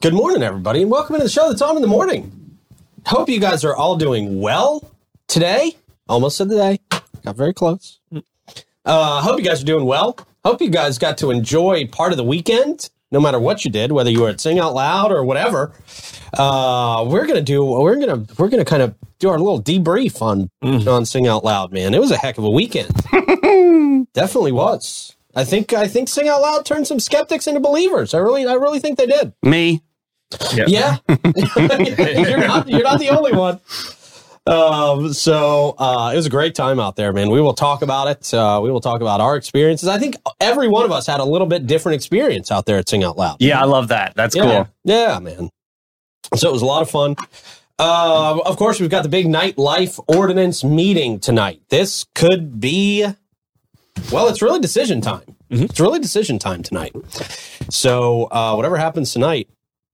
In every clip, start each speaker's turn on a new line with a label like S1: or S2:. S1: Good morning, everybody, and welcome to the show that's on in the morning. Hope you guys are all doing well today. Almost said today, got very close. Uh, hope you guys are doing well. Hope you guys got to enjoy part of the weekend, no matter what you did, whether you were at Sing Out Loud or whatever. Uh, we're gonna do. We're gonna we're gonna kind of do our little debrief on on Sing Out Loud, man. It was a heck of a weekend. Definitely was. I think I think Sing Out Loud turned some skeptics into believers. I really I really think they did.
S2: Me.
S1: Yeah. you're, not, you're not the only one. Um, so uh, it was a great time out there, man. We will talk about it. Uh, we will talk about our experiences. I think every one of us had a little bit different experience out there at Sing Out Loud.
S2: Yeah, I love that. That's cool.
S1: Yeah, yeah, man. So it was a lot of fun. Uh, of course, we've got the big nightlife ordinance meeting tonight. This could be, well, it's really decision time. It's really decision time tonight. So uh, whatever happens tonight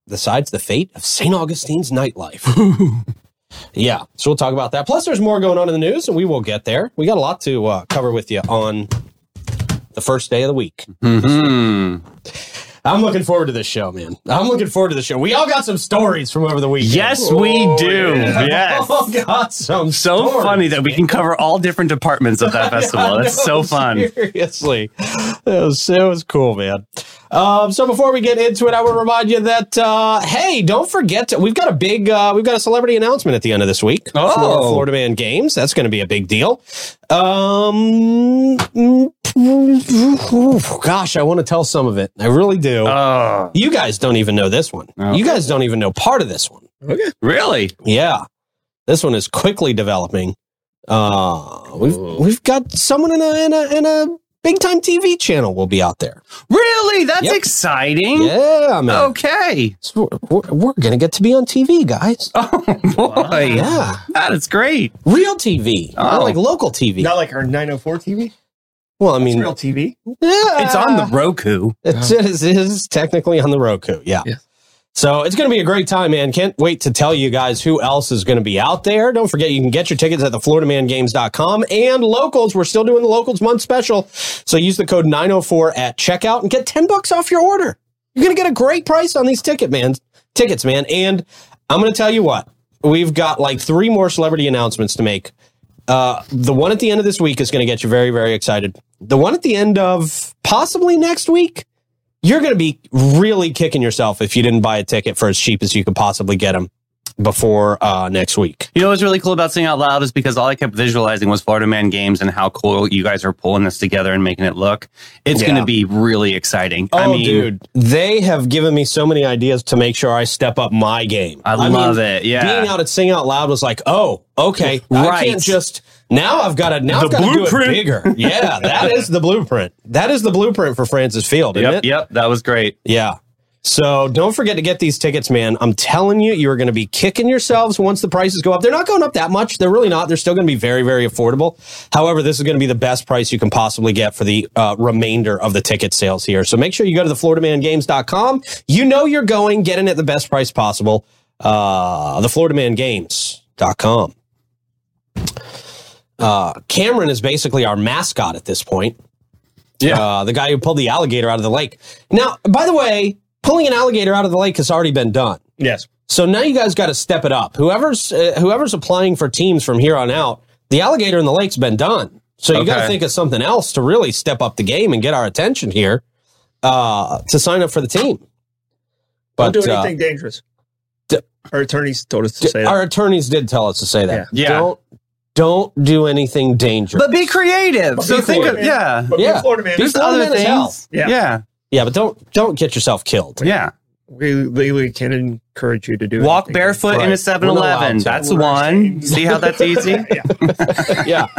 S1: decides the fate of St. Augustine's nightlife. yeah, so we'll talk about that. Plus, there's more going on in the news, and we will get there. We got a lot to uh, cover with you on the first day of the week.
S2: Mm-hmm.
S1: I'm looking forward to this show, man. I'm looking forward to the show. We all got some stories from over the weekend.
S2: Yes, we do. Yes.
S1: Oh God, some
S2: So
S1: stories.
S2: funny that we can cover all different departments of that festival.
S1: I
S2: That's
S1: know,
S2: so fun.
S1: Seriously, it was, it was cool, man. Um, so before we get into it, I would remind you that uh, hey, don't forget to, we've got a big uh, we've got a celebrity announcement at the end of this week
S2: Oh.
S1: for Florida Man Games. That's going to be a big deal. Um, gosh, I want to tell some of it. I really do.
S2: Oh,
S1: you guys don't even know this one.
S2: No.
S1: You guys don't even know part of this one.
S2: really?
S1: Yeah. This one is quickly developing. Uh, we've we've got someone in a in a in a big time TV channel will be out there.
S2: Really? That's
S1: Yep.
S2: exciting.
S1: Yeah, man.
S2: Oh. Okay.
S1: So we're, we're, we're gonna get to be on TV, guys.
S2: Oh boy.
S1: Yeah,
S2: That is great.
S1: real TV, not
S2: Oh.
S1: like local TV.
S3: Not like our 904 TV.
S1: well, I mean,
S3: Real TV.
S1: yeah.
S2: It's on the Roku.
S1: It's, it is- it is technically on the Roku. Yeah.
S3: Yeah.
S1: So it's going to be a great time, man. Can't wait to tell you guys who else is going to be out there. Don't forget, you can get your tickets at the FloridaManGames.com and locals. We're still doing the locals month special. So use the code 904 at checkout and get 10 bucks off your order. You're going to get a great price on these ticket, man, tickets, man. And I'm going to tell you what, we've got like three more celebrity announcements to make. Uh, the one at the end of this week is going to get you very, very excited. The one at the end of possibly next week you're going to be really kicking yourself if you didn't buy a ticket for as cheap as you could possibly get them before uh, next week.
S2: You know what's really cool about Sing Out Loud is because all I kept visualizing was Florida Man Games and how cool you guys are pulling this together and making it look. It's
S1: Yeah.
S2: going to be really exciting.
S1: Oh,
S2: I mean,
S1: dude, they have given me so many ideas to make sure I step up my game.
S2: I,
S1: mean,
S2: love it. Yeah.
S1: Being out at Sing Out Loud was like, oh, okay, I
S2: Right.
S1: can't just now. I've got to now. I've got
S2: The
S1: to do it
S2: blueprint.
S1: bigger. Yeah, that is the blueprint. That is the blueprint for Francis Field, isn't
S2: yep.
S1: it?
S2: Yep. That was great.
S1: Yeah. So don't forget to get these tickets, man. I'm telling you, you are going to be kicking yourselves once the prices go up. They're not going up that much. They're really not. They're still going to be very, very affordable. However, this is going to be the best price you can possibly get for the uh, remainder of the ticket sales here. So make sure you go to the FloridaManGames.com. You know you're going, get in at the best price possible. Uh, the FloridaManGames.com. Uh, Cameron is basically our mascot at this point.
S2: Yeah.
S1: Uh, the guy who pulled the alligator out of the lake. Now, by the way, pulling an alligator out of the lake has already been done.
S3: Yes.
S1: So now you guys got to step it up. Whoever's uh, whoever's applying for teams from here on out, the alligator in the lake's been done. So you got to
S2: Okay.
S1: think of something else to really step up the game and get our attention here uh, to sign up for the team. But
S3: Don't do
S1: uh,
S3: anything dangerous.
S1: d-
S3: our attorneys told us to
S1: d-
S3: say that.
S1: our attorneys did tell us to say that.
S2: Yeah. Yeah.
S1: Don't don't do anything dangerous.
S2: But be creative.
S3: But
S2: so
S3: be
S2: think
S3: creative.
S2: of, yeah.
S3: But
S1: yeah.
S3: we're Florida man.
S2: There's
S1: Florida
S2: other
S1: man as hell.
S2: things.
S3: Yeah.
S2: Yeah.
S1: yeah, but don't don't get yourself killed.
S2: Yeah.
S3: We legally can encourage you to do
S2: Walk
S3: anything.
S2: barefoot
S1: Right.
S2: in
S1: We're
S2: a
S1: not
S2: 7
S1: allowed
S2: Eleven.
S1: to.
S2: That's the
S3: We're
S2: one.
S3: ashamed.
S2: See how that's easy?
S3: Yeah.
S1: yeah,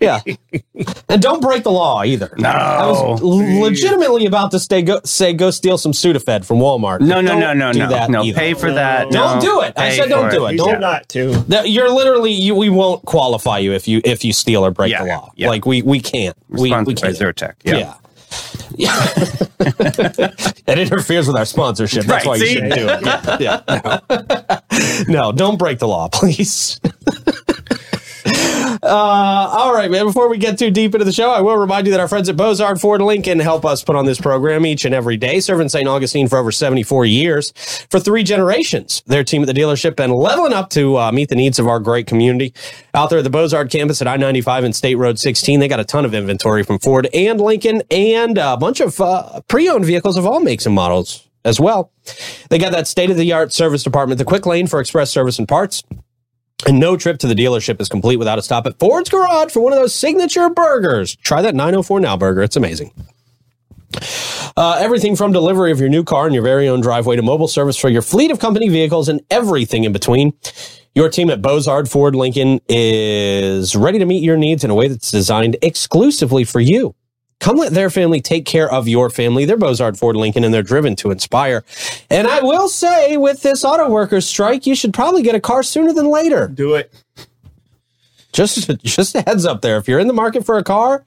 S1: yeah, and don't break the law either.
S2: No.
S1: I was
S2: Oh.
S1: l- legitimately about to stay go, say go steal some Sudafed from Walmart.
S2: No, no,
S1: Don't
S2: no, no,
S1: do
S2: no.
S1: that
S2: No,
S1: either.
S2: pay for that.
S1: Don't
S2: No,
S1: do it. I
S2: pay
S1: said don't
S2: for
S1: do it.
S3: You
S1: Don't-
S3: said not to.
S1: That- you're literally you, we won't qualify you if you if you steal or break
S2: Yeah,
S1: the law.
S2: yeah.
S1: Like we we can't. We, we
S2: Sponsored by
S1: can't.
S2: Zero Tech. Yeah.
S1: Yeah. Yeah. it interferes with our sponsorship. That's
S2: Right,
S1: why you
S2: see?
S1: shouldn't do it. Yeah. yeah. No. No, don't break the law, please. Uh, all right, man. Before we get too deep into the show, I will remind you that our friends at Bozard Ford Lincoln help us put on this program each and every day, serving St. Augustine for over 74 years, for three generations. Their team at the dealership and leveling up to uh, meet the needs of our great community out there at the Bozard campus at I 95 and State Road 16. They got a ton of inventory from Ford and Lincoln and a bunch of uh, pre owned vehicles of all makes and models as well. They got that state of the art service department, the quick lane for express service and parts. And no trip to the dealership is complete without a stop at Ford's Garage for one of those signature burgers. Try that 904 Now burger. It's amazing. Uh, everything from delivery of your new car in your very own driveway to mobile service for your fleet of company vehicles and everything in between. Your team at Bozard Ford Lincoln is ready to meet your needs in a way that's designed exclusively for you. Come let their family take care of your family. They're Bozard Ford Lincoln and they're driven to inspire. And I will say, with this auto workers strike, you should probably get a car sooner than later
S3: Do it.
S1: just just a heads up there if you're in the market for a car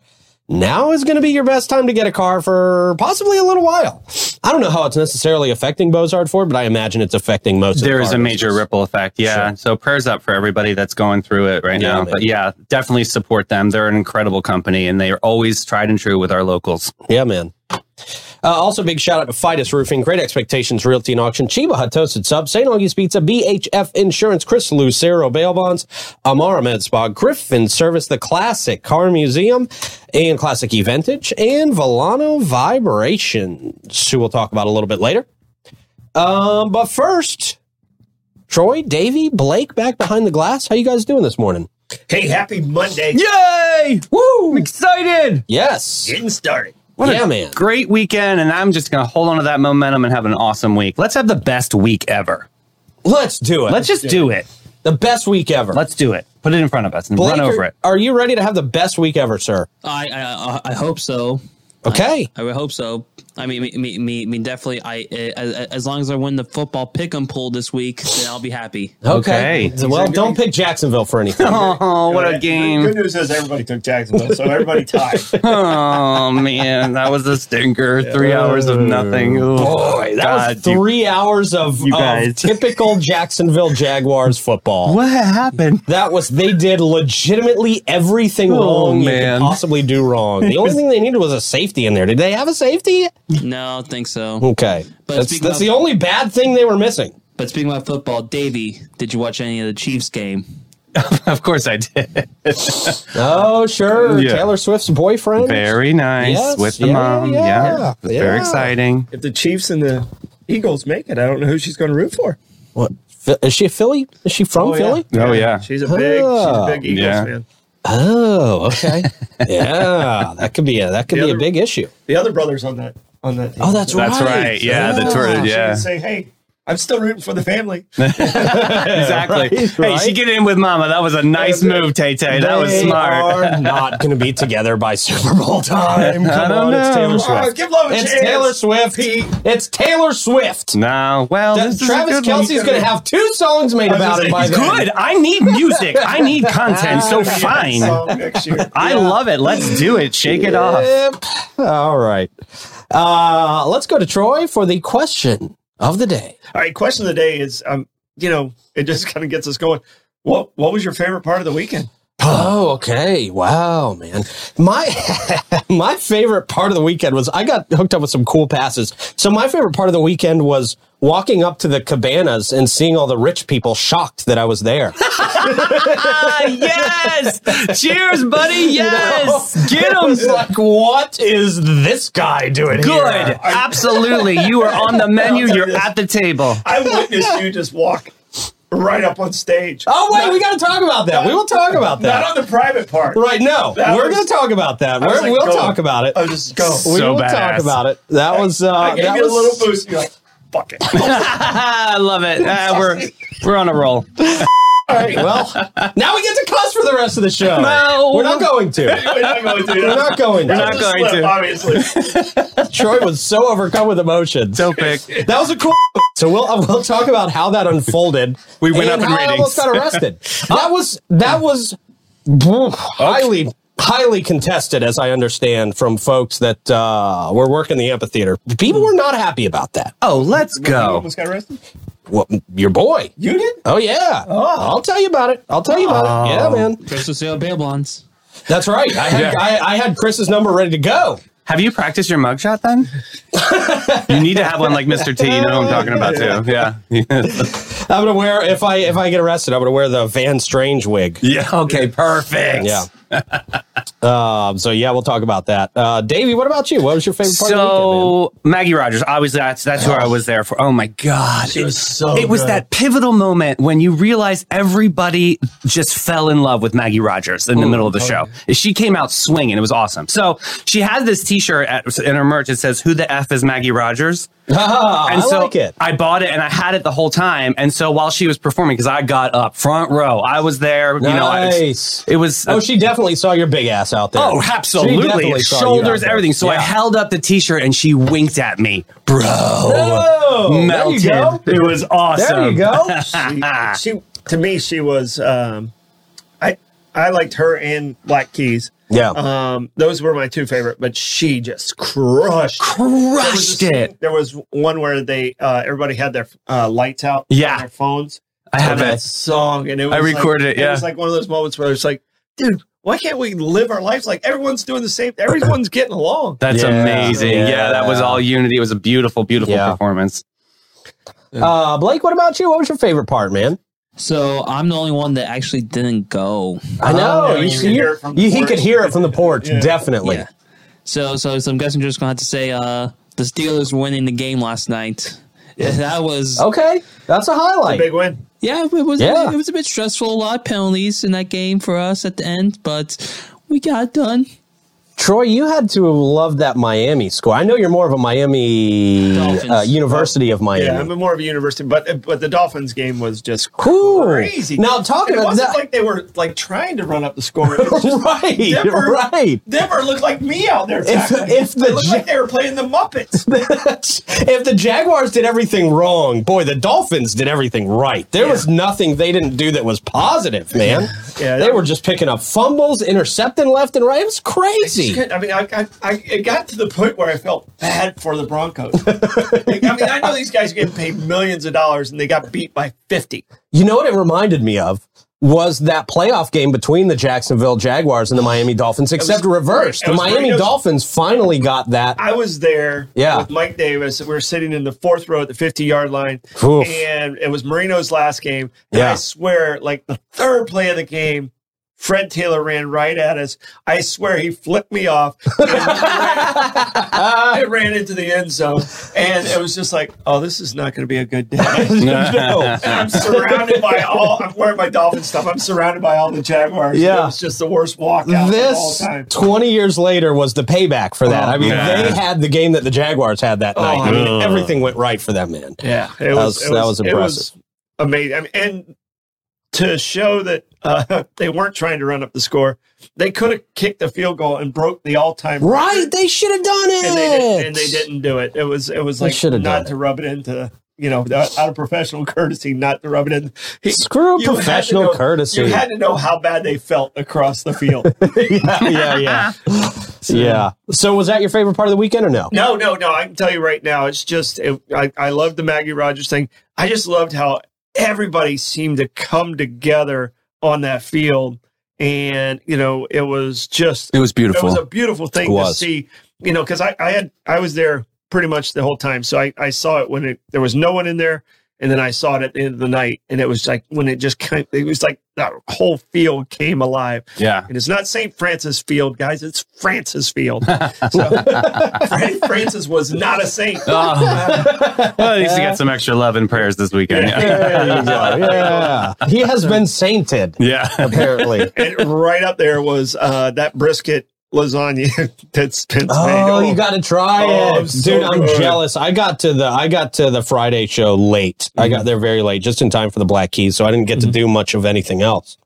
S1: now is going to be your best time to get a car for possibly a little while i don't know how it's necessarily affecting bozard ford but i imagine it's affecting most of
S2: There
S1: the
S2: is
S1: car
S2: a major
S1: business.
S2: ripple effect. Yeah.
S1: Sure.
S2: So prayers up for everybody that's going through it right
S1: Yeah,
S2: now.
S1: man.
S2: But yeah, definitely support them. They're an incredible company and they are always tried and true with our locals.
S1: yeah man uh, also, big shout out to Fidus Roofing, Great Expectations Realty and Auction, Chiba Hut Toasted Sub, St. Augie's Pizza, BHF Insurance, Chris Lucero Bail Bonds, Amara Med Spa, Griffin Service, The Classic Car Museum, and Classic Eventage, and Volano Vibrations, who we'll talk about a little bit later. Um, but first, Troy, Davey, Blake, back behind the glass. How you guys doing this morning?
S3: Hey, happy Monday.
S2: Yay! Woo! I'm excited.
S1: Yes.
S3: Getting started.
S2: What
S1: Yeah,
S2: a
S1: man.
S2: great weekend. And I'm just going to hold on to that momentum and have an awesome week. Let's have the best week ever.
S1: Let's do it.
S2: Let's just do it.
S1: the best week ever.
S2: Let's do it. Put it in front of us and
S1: Blake,
S2: run over
S1: are-
S2: it.
S1: Are you ready to have the best week ever, sir?
S4: I I, I- I hope so.
S1: Okay.
S4: I would hope so. I mean, me, me, me, me definitely. I uh, as long as I win the football pick 'em pool this week, then I'll be happy.
S1: Okay.
S2: Okay.
S1: So, well, don't pick Jacksonville for anything.
S2: Oh, what a game.
S3: Good news is everybody took Jacksonville, so everybody tied.
S2: Oh, man. That was a stinker. Three hours of nothing. Ooh.
S1: Boy, that was
S2: God, you-
S1: three hours of,
S2: you
S1: of
S2: guys.
S1: typical Jacksonville Jaguars football.
S2: What happened?
S1: That was they did legitimately everything wrong you
S2: man.
S1: could possibly do wrong. The only thing they needed was a safety in there. Did they have a safety?
S4: No, I don't think so.
S1: Okay,
S4: But
S1: that's,
S4: speaking
S1: that's
S4: of-
S1: the only bad thing they were missing.
S4: But speaking about football, Davey, did you watch any of the Chiefs game?
S2: Of course I did.
S1: Oh, sure,
S2: Yeah.
S1: Taylor Swift's boyfriend.
S2: Very nice
S1: Yes,
S2: with the
S1: yeah,
S2: mom.
S1: yeah,
S2: Yeah. It was
S1: yeah.
S2: Very exciting.
S3: if the Chiefs and the Eagles make it, I don't know who she's going to root for.
S1: What Phi- is she a Philly? Is she from Philly?
S2: Oh, yeah.
S3: She's a big,
S1: Oh.
S3: she's a big Eagles
S2: Yeah.
S3: fan.
S1: Oh, okay. yeah, that could be a that could
S3: The
S1: be a
S3: other-
S1: big issue.
S3: The other brothers on that on that. Team.
S1: Oh, that's,
S2: That's
S1: right.
S2: right. Yeah, the tour.
S3: She
S2: Yeah,
S3: would say, hey, I'm still rooting for the family.
S2: exactly.
S1: Right,
S2: Hey,
S1: right.
S2: she get in with Mama. That was a nice
S3: Yeah,
S2: move, Tay Tay. That was
S1: They
S2: smart.
S1: are not going to be together by Super Bowl time. Come
S2: I
S1: on,
S2: don't
S1: it's
S2: know.
S1: Taylor
S3: Come on,
S1: Swift.
S3: Oh, give love a
S1: It's
S3: chance.
S1: Taylor Swift.
S3: Pete.
S1: It's Taylor Swift.
S2: No, well,
S1: That-
S2: this is a
S1: Travis
S2: good one.
S1: Kelsey's going to have two songs made
S3: was
S1: about
S3: gonna
S1: it by
S3: say,
S1: then.
S2: Good. I need music. I need content. So
S3: Maybe
S2: fine.
S3: song next year.
S2: I love it. Let's do it. Shake it off.
S1: Yep. All right. Uh, let's go to Troy for the question of the day.
S3: All right, question of the day is, um, you know, it just kind of gets us going. What What was your favorite part of the weekend?
S1: Oh, okay. Wow, man. My my favorite part of the weekend was I got hooked up with some cool passes. So my favorite part of the weekend was walking up to the cabanas and seeing all the rich people shocked that I was there.
S2: Ah, yes. Cheers, buddy. Yes. Get
S1: I was like, what is this guy doing here?
S2: Good. Absolutely. You are on the menu.
S3: tell you
S2: You're
S3: this.
S2: at the table.
S3: I witnessed you just walk right up on stage.
S1: Oh wait, we got to talk about that. We will talk about
S3: Not
S1: that.
S3: on the private part.
S1: Right? No,
S3: That
S1: we're
S3: was-
S1: going to talk about that.
S3: I was
S1: We're,
S3: like,
S1: we'll
S3: go.
S1: talk about it.
S3: I was just go.
S1: we
S2: So
S1: will talk
S2: badass.
S1: about it. That was uh,
S3: I gave
S1: that
S3: you
S1: was
S3: a little boost. You're like, fuck it.
S2: I love it. Ah, we're we're on a roll.
S1: All right, well, now we get to cuss for the rest of the show.
S2: No.
S1: we're not going to.
S3: We're not going to. do
S1: We're
S3: that.
S1: not going
S2: We're not
S1: to.
S3: Just
S2: going
S3: slip,
S2: to.
S3: Obviously.
S1: Troy was so overcome with emotion.
S2: So big.
S1: that was a cool. So we'll uh, we'll talk about how that unfolded.
S2: We went up in
S1: how I almost
S2: ratings.
S1: got arrested. that was that was highly highly contested, as I understand from folks that uh, were working the amphitheater. People were not happy about that.
S2: Oh, let's
S3: You
S2: go.
S3: almost got arrested.
S1: well, your boy.
S3: You did?
S1: Oh yeah.
S3: Oh.
S1: I'll tell you about it. I'll tell you about it.
S2: Oh.
S1: Yeah, man.
S4: Chris Lucille Bablons.
S1: That's right. I had, I, I had Chris's number ready to go.
S2: Have you practiced your mugshot then? you need to have one like Mr. T. You know what I'm talking about too. Yeah.
S1: I'm gonna wear if I if I get arrested, I'm gonna wear the Van Strange wig.
S2: yeah. Okay. Perfect.
S1: Yeah. um, so yeah, we'll talk about that. Uh, Davey, what about you? What was your favorite part? of the weekend, man?
S2: So Maggie Rogers, obviously that's that's who I was there for. Oh my god,
S3: She was so
S2: It was
S3: good.
S2: that pivotal moment when you realize everybody just fell in love with Maggie Rogers
S1: Oh,
S2: in the middle of the show. She came out swinging; it was awesome. So she had this T-shirt at, in her merch that says "Who the f is Maggie Rogers?"
S1: Ah,
S2: and
S1: I
S2: so
S1: like it.
S2: I bought it and I had it the whole time. And so while she was performing, because I got up front row, I was there. You know, I-
S1: Nice.
S2: it was
S1: Oh, she definitely saw your big ass out there.
S2: Oh,
S1: She
S2: absolutely.
S1: definitely saw you out
S2: Shoulders,
S1: there.
S2: everything. So I
S1: Yeah.
S2: held up the t shirt and she winked at me. Bro.
S1: Oh, there you
S2: melted.
S1: go.
S2: It was awesome.
S1: There you go.
S3: She, she to me, she was. Um, I I liked her and Black Keys.
S1: Yeah.
S3: Um, those were my two favorite, but she just crushed. it. There was a
S2: Crushed
S3: scene-
S2: it.
S3: There was one where they uh, everybody had their uh, lights out.
S2: Yeah.
S3: on their phones.
S2: I have
S1: Okay.
S2: it.
S3: That song, and it was
S2: I recorded
S3: like,
S2: it, yeah.
S3: it was like one of those moments where it's like, dude, why can't we live our lives like everyone's doing the same? Everyone's getting along.
S2: That's
S1: Yeah.
S2: amazing. Yeah. that was
S1: Yeah.
S2: all unity. It was a beautiful, beautiful
S1: Yeah.
S2: performance.
S1: Uh, Blake, what about you? What was your favorite part, man?
S4: So I'm the only one that actually didn't go.
S1: I know
S3: yeah,
S1: you,
S3: you
S1: see
S3: could hear it from the
S1: you- he
S3: porch.
S1: could hear it from the porch,
S3: Yeah.
S1: definitely.
S4: Yeah. So so so I'm guessing you're just gonna have to say uh the Steelers winning the game last night. Yeah, that was
S1: Okay, that's a highlight.
S3: Big win.
S4: yeah, it was
S1: Yeah.
S4: it was a bit stressful, a lot of penalties in that game for us at the end, but we got it done.
S1: Troy, you had to have loved that Miami score. I know you're more of a Miami
S4: Dolphins.
S1: uh, University of Miami.
S3: Yeah, I'm more of a university, but but the Dolphins game was just
S1: Cool.
S3: crazy.
S1: Now, talking
S3: And it
S1: about
S3: wasn't
S1: that-
S3: like they were like trying to run up the score. It was just
S1: right,
S3: Denver-
S1: right.
S3: Denver looked like me out there.
S1: If-
S3: tackling.
S1: if the
S3: they looked
S1: Ja-
S3: like they were playing the Muppets.
S1: if the Jaguars did everything wrong, boy, the Dolphins did everything right. There was nothing they didn't do that was positive, man.
S3: Yeah,
S1: they
S3: that-
S1: were just picking up fumbles, intercepting left and right. It was crazy.
S3: I mean, I, I, I it got to the point where I felt bad for the Broncos. Like, I mean, I know these guys are getting paid millions of dollars, and they got beat by fifty.
S1: You know what it reminded me of was that playoff game between the Jacksonville Jaguars and the Miami Dolphins, except reversed.
S3: it
S1: The
S3: was great.
S1: Miami
S3: It was-
S1: Dolphins finally got that.
S3: I was there
S1: Yeah.
S3: with Mike Davis. We were sitting in the fourth row at the 50 yard line.
S1: Oof.
S3: And it was Marino's last game. And
S1: Yeah.
S3: I swear, like the third play of the game, Fred Taylor ran right at us. I swear he flipped me off. I ran into the end zone. And it was just like, oh, this is not going to be a good day.
S1: No.
S3: And I'm surrounded by all, I'm wearing my dolphin stuff. I'm surrounded by all the Jaguars.
S1: Yeah.
S3: It was just the worst walkout of all
S1: This
S3: time.
S1: 20 years later was the payback for that.
S3: Oh,
S1: I mean,
S2: yeah.
S1: they had the game that the Jaguars had that night. I mean,
S2: Ugh.
S1: everything went right for them, man.
S3: Yeah, it
S1: That was- that was impressive.
S3: It was amazing, I mean, and to show that uh, they weren't trying to run up the score, they could have kicked the field goal and broke the all-time
S1: Right? They should have done it.
S3: and they, didn't, and they didn't do it. It was it was
S1: They
S3: like
S1: should've done
S3: not
S1: it.
S3: to rub it into you know out of professional courtesy, not to rub it in. He-
S1: Screw
S3: you had to
S1: professional
S3: know-
S1: courtesy.
S3: You had to know how bad they felt across the field.
S1: yeah, yeah, yeah. yeah. So, was that your favorite part of the weekend or no?
S3: No, no, no. I can tell you right now, it's just it, I, I love the Maggie Rogers thing. I just loved how everybody seemed to come together on that field, and you know, it was just
S2: It was
S3: it
S2: beautiful.
S3: was a beautiful
S1: It
S3: thing to
S1: was.
S3: see. You know, because I, I had I was there pretty much the whole time, so I, I saw it when it there was no one in there, and then I saw it at the end of the night, and it was like when it just kind it was like that whole field came alive.
S2: yeah.
S3: And it's not St. Francis Field, guys. It's Francis Field. So, Fran- Francis was not a saint.
S2: Oh. well, at least you got some extra love and prayers this weekend. Yeah.
S1: There you go. Yeah. He has been sainted,
S2: Yeah.
S1: apparently.
S3: And right up there was uh, that brisket lasagna that's been
S1: Oh, you got to try
S3: Oh,
S1: it,
S3: I'm
S1: dude!
S3: so
S1: I'm
S3: good.
S1: jealous. I got to the I got to the Friday show late. I
S3: Mm-hmm.
S1: got there very late, just in time for the Black Keys, so I didn't get to do much of anything else.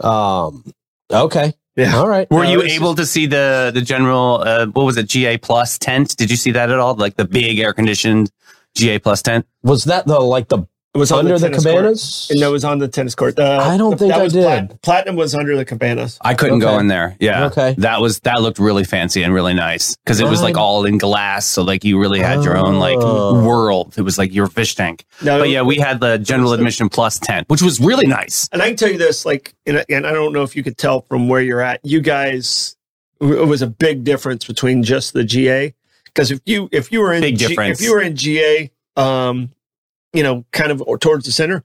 S1: Um. Okay.
S3: Mm-hmm. Yeah.
S1: All right.
S2: Were
S3: No,
S2: you
S3: it's
S2: able to see the the general uh, what was it GA plus tent? Did you see that at all? Like the big air conditioned GA plus tent?
S1: Was that the like the
S3: It was on
S1: Under the
S3: tennis court.
S1: Cabanas?
S3: No, it was on the tennis court. Uh,
S1: I don't
S3: th-
S1: think
S3: that
S1: I
S3: was
S1: did.
S3: plat- Platinum was under the Cabanas.
S2: I couldn't go
S1: Okay.
S2: in there. Yeah.
S1: Okay.
S2: That was that looked really fancy and really nice because it was like
S3: Oh.
S1: Right.
S2: all in glass, so like you really had your own like
S1: Oh.
S2: world. It was like your fish tank.
S3: No,
S2: But yeah, we had the general admission plus tent, which was really nice.
S3: and I can tell you this, like, and, I- and I don't know if you could tell from where you're at. You guys, it was a big difference between just the GA because if you if you were in
S2: Big
S3: G-
S2: difference.
S3: if you were in GA, um, you know, kind of or towards the center.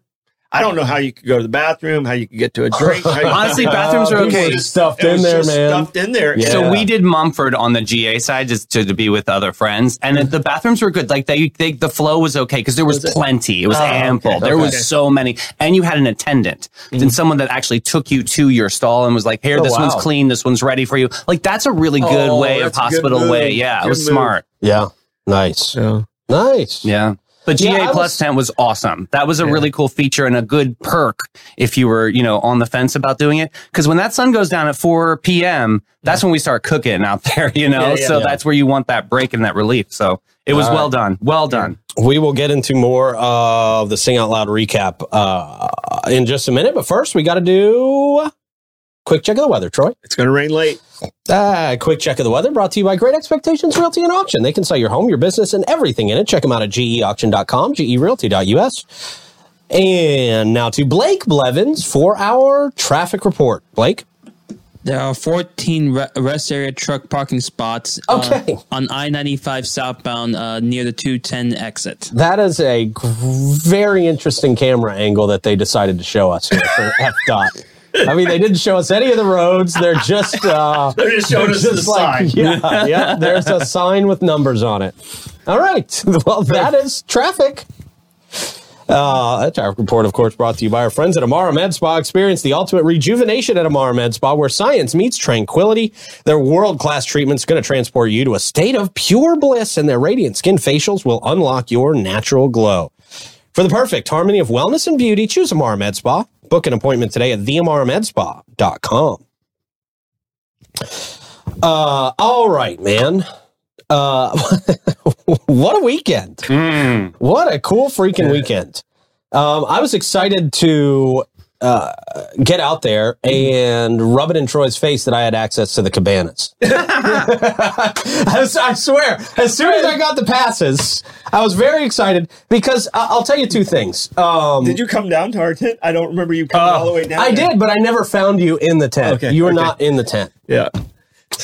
S3: I don't know how you could go to the bathroom, how you could get to a drink. how you-
S2: Honestly, bathrooms are
S1: Uh, People
S2: okay.
S1: were just Stuffed
S3: It
S1: in
S3: was
S1: there,
S3: just
S1: man.
S3: Stuffed in there.
S1: Yeah.
S2: So we did Mumford on the GA side just to, to be with other friends, and the bathrooms were good. Like they, they the flow was okay because there was,
S3: Was it-
S2: plenty. It was
S3: Oh, okay.
S2: ample. There
S3: Okay. Mm-hmm.
S2: was so many, and you had an attendant and someone that actually took you to your stall and was like, "Here,
S1: Oh,
S2: this one's
S1: wow.
S2: clean. This one's ready for you." Like that's a really good
S3: Oh,
S2: way of
S3: that's a good
S2: hospital
S3: move.
S2: way. Yeah, it
S3: Good
S2: was
S3: move.
S2: smart.
S1: Yeah. Nice.
S3: So-
S1: Nice.
S2: Yeah. But
S1: Yeah,
S2: GA
S1: I
S2: Plus
S1: was-
S2: tent was awesome. That was a
S3: Yeah.
S2: really cool feature and a good perk if you were, you know, on the fence about doing it. Because when that sun goes down at 4 p.m., that's when we start cooking out there, you know?
S3: Yeah, yeah.
S2: so
S1: Yeah.
S2: that's where you want that break and that relief. So it was
S1: All
S2: well done. Well done.
S1: We will get into more of the Sing Out Loud recap uh, in just a minute. But first, we got to do a quick check of the weather, Troy.
S3: It's going to rain late.
S1: Uh, quick check of the weather brought to you by Great Expectations Realty and Auction. They can sell your home, your business, and everything in it. Check them out at geauction.com, gerealty.us. And now to Blake Blevins for our traffic report. Blake?
S4: There are 14 re- rest area truck parking spots uh,
S1: Okay.
S4: on I 95 southbound uh, near the 210 exit.
S1: That is a gr- very interesting camera angle that they decided to show us here for F dot. I mean, they didn't show us any of the roads. They're just uh,
S3: They're just showing us the sign.
S1: yeah, yeah. There's a sign with numbers on it. All right. Well, that is traffic. Uh, that traffic report, of course, brought to you by our friends at Amara Med Spa. Experience the ultimate rejuvenation at Amara Med Spa, where science meets tranquility. Their world class treatment's going to transport you to a state of pure bliss, and their radiant skin facials will unlock your natural glow. For the perfect harmony of wellness and beauty, choose Amara Med Spa. Book an appointment today at theamaramedspa.com. Uh, all right, man. Uh, what a weekend.
S3: Mm.
S1: What a cool freaking weekend. Um, I was excited to uh, get out there and rub it in Troy's face that I had access to the cabanas. I, was- I swear, as soon as I got the passes, I was very excited because I- I'll tell you two things. Um,
S3: Did you come down to our tent? I don't remember you coming all the way down.
S1: Uh, I
S3: there.
S1: did, but I never found you in the tent.
S3: Okay,
S1: you were
S3: okay.
S1: not in the tent.
S3: Yeah.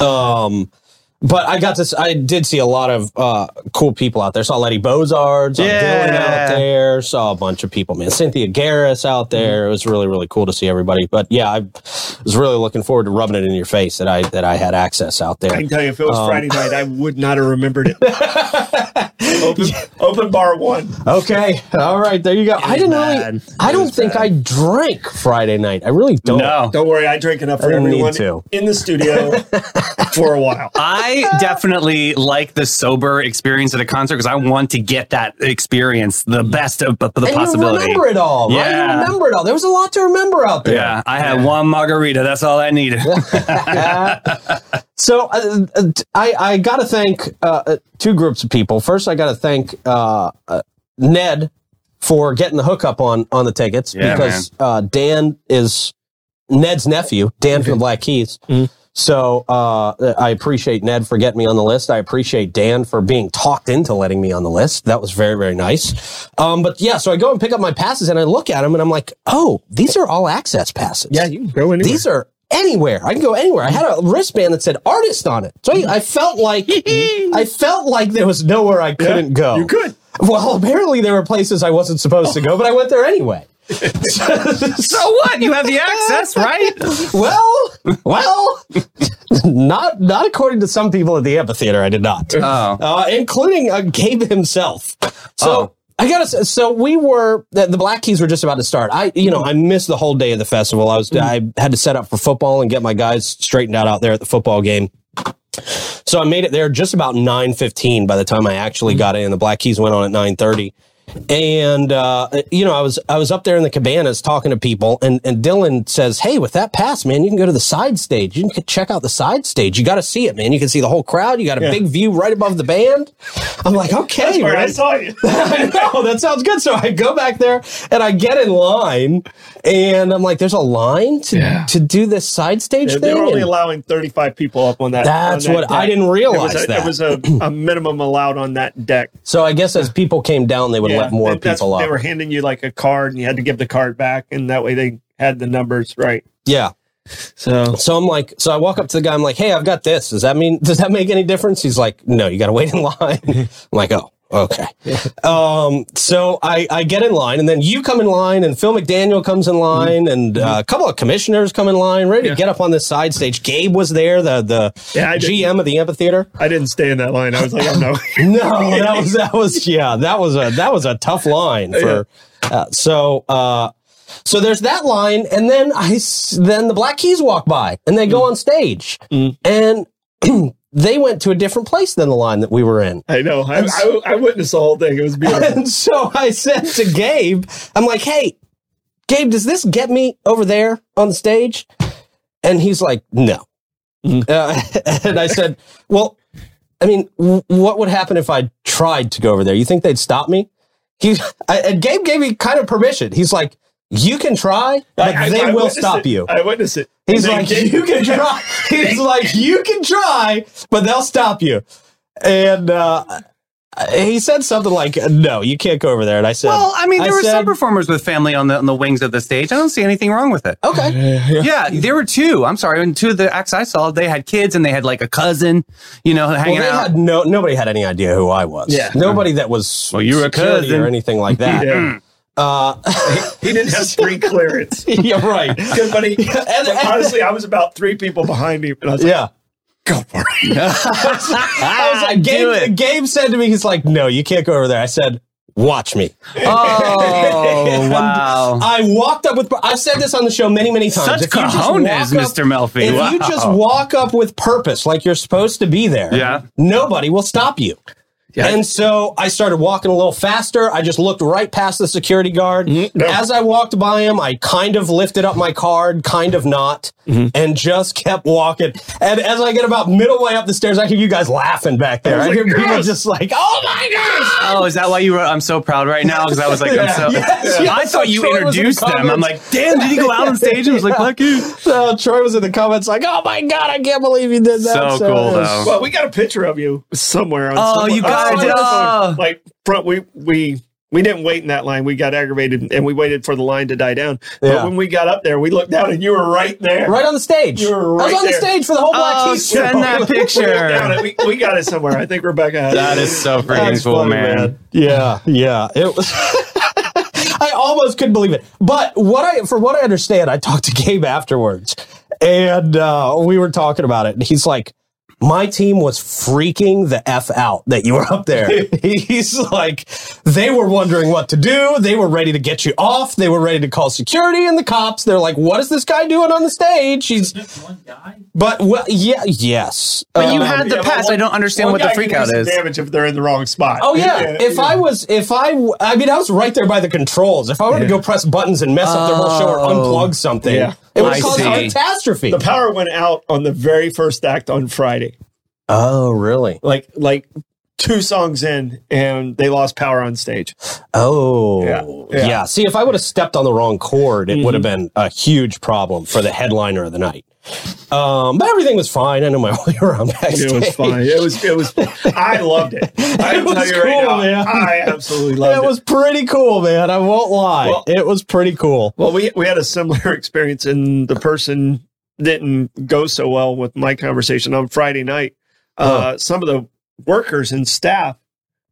S1: Um, but I got this. I did see a lot of uh, cool people out there. Saw Letty Bozard, saw
S2: Yeah.
S1: Dylan out there, saw a bunch of people, man. Cynthia Garris out there.
S2: Mm-hmm.
S1: It was really, really cool to see everybody. But yeah, I was really looking forward to rubbing it in your face that I that I had access out
S3: I
S1: there.
S3: can tell you, if it was
S1: Um,
S3: Friday night, I would not have remembered it. open, open bar one.
S1: Okay, all right, there you go. I
S4: was
S1: didn't
S4: bad.
S1: really.
S4: It
S1: I don't
S4: was
S1: think
S4: bad.
S1: I drank Friday night. I really don't.
S2: No.
S3: Don't worry, I drank enough for
S1: didn't need
S3: everyone
S1: to.
S3: in the studio for a while.
S2: I definitely like the sober experience at a concert because I want to get that experience the best of of the
S1: And you
S2: possibility.
S1: remember it all, right?
S2: Yeah.
S1: You remember it all. There was a lot to remember out there.
S2: Yeah, I had one margarita. That's all I needed.
S1: So uh, uh, t- I, I got to thank uh, uh, two groups of people. First, I got to thank uh, uh, Ned for getting the hookup on on the tickets
S2: Yeah,
S1: because uh, Dan is Ned's nephew, Dan from the Black Keys. So uh, I appreciate Ned for getting me on the list. I appreciate Dan for being talked into letting me on the list. That was very very nice. Um, but yeah, so I go and pick up my passes and I look at them and I'm like, oh, these are all access passes.
S3: you can go anywhere.
S1: These are anywhere. I can go anywhere. I had a wristband that said artist on it. So I, I felt like I felt like there was nowhere I couldn't go.
S3: You could.
S1: Well, apparently there were places I wasn't supposed to go, but I went there anyway.
S2: so what? You have the access, right?
S1: Well, well, not not according to some people at the amphitheater. I did not,
S2: Oh.
S1: uh, including uh, Gabe himself. So. I gotta. say, So we were the, the Black Keys were just about to start. I, you know, I missed the whole day of the festival. I was I had to set up for football and get my guys straightened out out there at the football game. So I made it there just about nine fifteen. By the time I actually got in, the Black Keys went on at nine thirty, and uh, you know, I was I was up there in the cabanas talking to people, and and Dylan says, "Hey, with that pass, man, you can go to the side stage. You can check out the side stage. You got to see it, man. You can see the whole crowd. You got a
S3: Yeah.
S1: big view right above the band." I'm like, "Okay,
S3: Where I
S1: man."
S3: saw you.
S1: I know that sounds good. So I go back there and I get in line, and I'm like, "There's a line to
S2: Yeah.
S1: to do this side stage
S3: They-
S1: thing."
S3: They were only
S1: And-
S3: allowing 35 people up on that.
S1: That's
S3: on that
S1: what- I
S3: deck.
S1: didn't realize
S3: it was a,
S1: that.
S3: It was a, a minimum allowed on that deck.
S1: so I guess as people came down, they would let more
S3: that- that's-
S1: people up.
S3: They were handing you like a card, and you had to give the card back, and that way they had the numbers right.
S1: yeah.
S3: So
S1: So I'm like, so I walk up to the guy. I'm like, hey, I've got this. Does that mean? Does that make any difference? He's like, no, you got to wait in line. I'm like, oh, okay. Um, so I I get in line, and then you come in line, and Phil McDaniel comes in
S3: Mm-hmm.
S1: line, and uh, a couple of commissioners come in line, ready to get up on this side stage. Gabe was there, the the
S3: Yeah, I did.
S1: GM of the amphitheater.
S3: I didn't stay in that line. I was like, oh no.
S1: No, that was that was yeah, that was a that was a tough line for. Uh, so uh, so there's that line, and then I s- then the Black Keys walk by and they go on stage, and they went to a different place than the line that we were in.
S3: I know. I, I, I witnessed the whole thing. It was beautiful.
S1: And so I said to Gabe, I'm like, hey, Gabe, does this get me over there on the stage? And he's like, no. Uh, and I said, well, I mean, w- what would happen if I tried to go over there? You think they'd stop me? He I, and Gabe gave me kind of permission. He's like, you can try, but
S3: I- I-
S1: they
S3: I
S1: will
S3: witnessed
S1: stop
S3: it.
S1: you.
S3: I witnessed it.
S1: He's
S3: They
S1: like,
S3: did.
S1: you can try. He's like, you can try, but they'll stop you. And uh, he said something like, "No, you can't go over there." And I said,
S2: Well, I mean, there were
S1: said,
S2: some performers with family on the on the wings of the stage. I don't see anything wrong with it.
S1: okay."
S2: Yeah, there were two. I'm sorry, and two of the acts I saw, they had kids and they had like a cousin, you know,
S1: Well,
S2: hanging
S1: they
S2: out.
S1: had no nobody had any idea who I was.
S3: Yeah.
S1: nobody that was
S2: Well, you were a
S1: security
S2: cousin.
S1: or anything like that.
S3: Yeah.
S1: Uh,
S3: He didn't have pre clearance.
S1: yeah, right.
S3: Good buddy.
S1: And- and-
S3: honestly, I was about three people behind him, and I was like,
S1: Yeah.
S3: go for it.
S1: I was like,
S2: Ah, do
S1: Gabe, Gabe said to me, he's like, no, you can't go over there. I said, watch me.
S2: oh
S1: And
S2: wow!
S1: I walked up with, I've said this on the show many, many times.
S2: Such
S1: If you just walk
S2: cojones,
S1: up-
S2: Mister Melfi.
S1: If you
S2: Wow.
S1: just walk up with purpose, like you're supposed to be there,
S2: Yeah.
S1: nobody will stop you. And so I started walking a little faster. I just looked right past the security guard. As I walked by him, I kind of lifted up my card, kind of not, and just kept walking. And as I get about middle way up the stairs, I hear you guys laughing back there. I,
S3: was
S1: hear
S3: like,
S1: people
S3: "Yes!"
S1: just like, "Oh my gosh!"
S2: Oh, is that why you wrote? I'm so proud right now because I was like, I'm so.
S1: Yes, yes,
S2: I thought you
S1: Troy was in the
S2: introduced them. I'm
S1: comments.
S2: like, damn, did he go out on stage? And was like, fuck you.
S1: So Troy was in the comments like, "Oh my god, I can't believe you did that."
S2: So cool, though.
S3: Well, we got a picture of you somewhere. On
S2: Oh,
S3: someone-
S2: you guys
S3: someone
S2: did.
S3: else's phone.
S1: uh.
S2: Oh.
S3: Like front, we we we didn't wait in that line. We got aggravated and we waited for the line to die down.
S1: Yeah.
S3: But when we got up there, we looked down and you were right there.
S1: Right on the stage.
S3: You were
S1: I was
S3: right
S1: on the
S3: there.
S1: stage for the whole Black
S2: Oh,
S1: Keys show.
S2: send that
S3: We, looked
S2: picture.
S3: down and we, we got it somewhere. I think Rebecca had
S2: That
S3: it.
S2: is so
S1: That's
S2: freaking cool,
S1: funny,
S2: man.
S1: Yeah, yeah. It was. I almost couldn't believe it, but what I, from what I understand, I talked to Gabe afterwards, and uh, we were talking about it, and he's like, "My team was freaking the f out that you were up there." he's like, "They were wondering what to do. They were ready to get you off. They were ready to call security and the cops. They're like, what is this guy doing on the stage?' He's,
S4: One guy.
S1: but well, yeah, yes,
S2: But you
S1: Um,
S2: had the
S3: yeah, but
S2: pass.
S3: one-
S2: I don't understand
S3: One
S2: what the
S3: guy
S2: freak
S3: can do
S2: out
S3: some
S2: is.
S3: Damage if they're in the wrong spot.
S1: Oh yeah. If I was, if I, w- I mean, I was right there by the controls. If I wanted to go press buttons and mess up their whole show or unplug something,
S3: Yeah.
S1: it would
S2: I
S1: cause a
S2: see.
S1: catastrophe.
S3: the power went out on the very first act on Friday.
S1: Oh really?
S3: like like two songs in and they lost power on stage.
S1: Oh
S3: Yeah.
S1: yeah.
S3: Yeah. Mm-hmm.
S1: See, if I would have stepped on the wrong chord, it would have been a huge problem for the headliner of the night. Um, but everything was fine. I know my way around backstage.
S3: It was fine. It was it was I loved it. I
S1: It
S3: can tell
S1: was
S3: you right
S1: cool,
S3: now,
S1: man.
S3: I absolutely loved
S1: It
S3: it.
S1: was pretty cool, man. I won't lie.
S3: Well-
S1: it was pretty cool.
S3: well, we we had a similar experience and the person didn't go so well with my conversation on Friday night. Uh, some of the workers and staff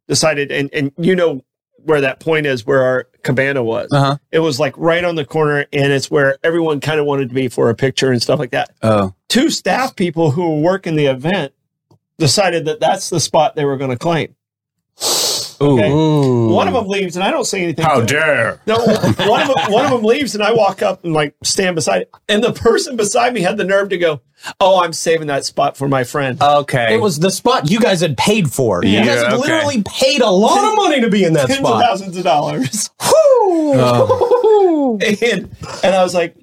S3: decided and and you know where that point is where our cabana was.
S2: Uh-huh.
S3: It was like right on the corner and it's where everyone kind of wanted to be for a picture and stuff like that.
S2: Oh,
S3: two staff people who were working the event decided that that's the spot they were going to claim. Okay?
S1: Ooh.
S3: One of them leaves, and I don't say anything.
S2: How
S3: to it.
S2: dare!
S3: No, one of them, one of them leaves, and I walk up and like stand beside it. And the person beside me had the nerve to go, "Oh, I'm saving that spot for my friend."
S2: Okay,
S1: It was the spot you guys had paid for. You
S2: Yeah,
S1: guys had
S2: okay.
S1: literally paid a lot of money to be in that
S3: Tens of
S1: spot.
S3: thousands of dollars,
S1: Whew.
S3: Oh. and and I was like,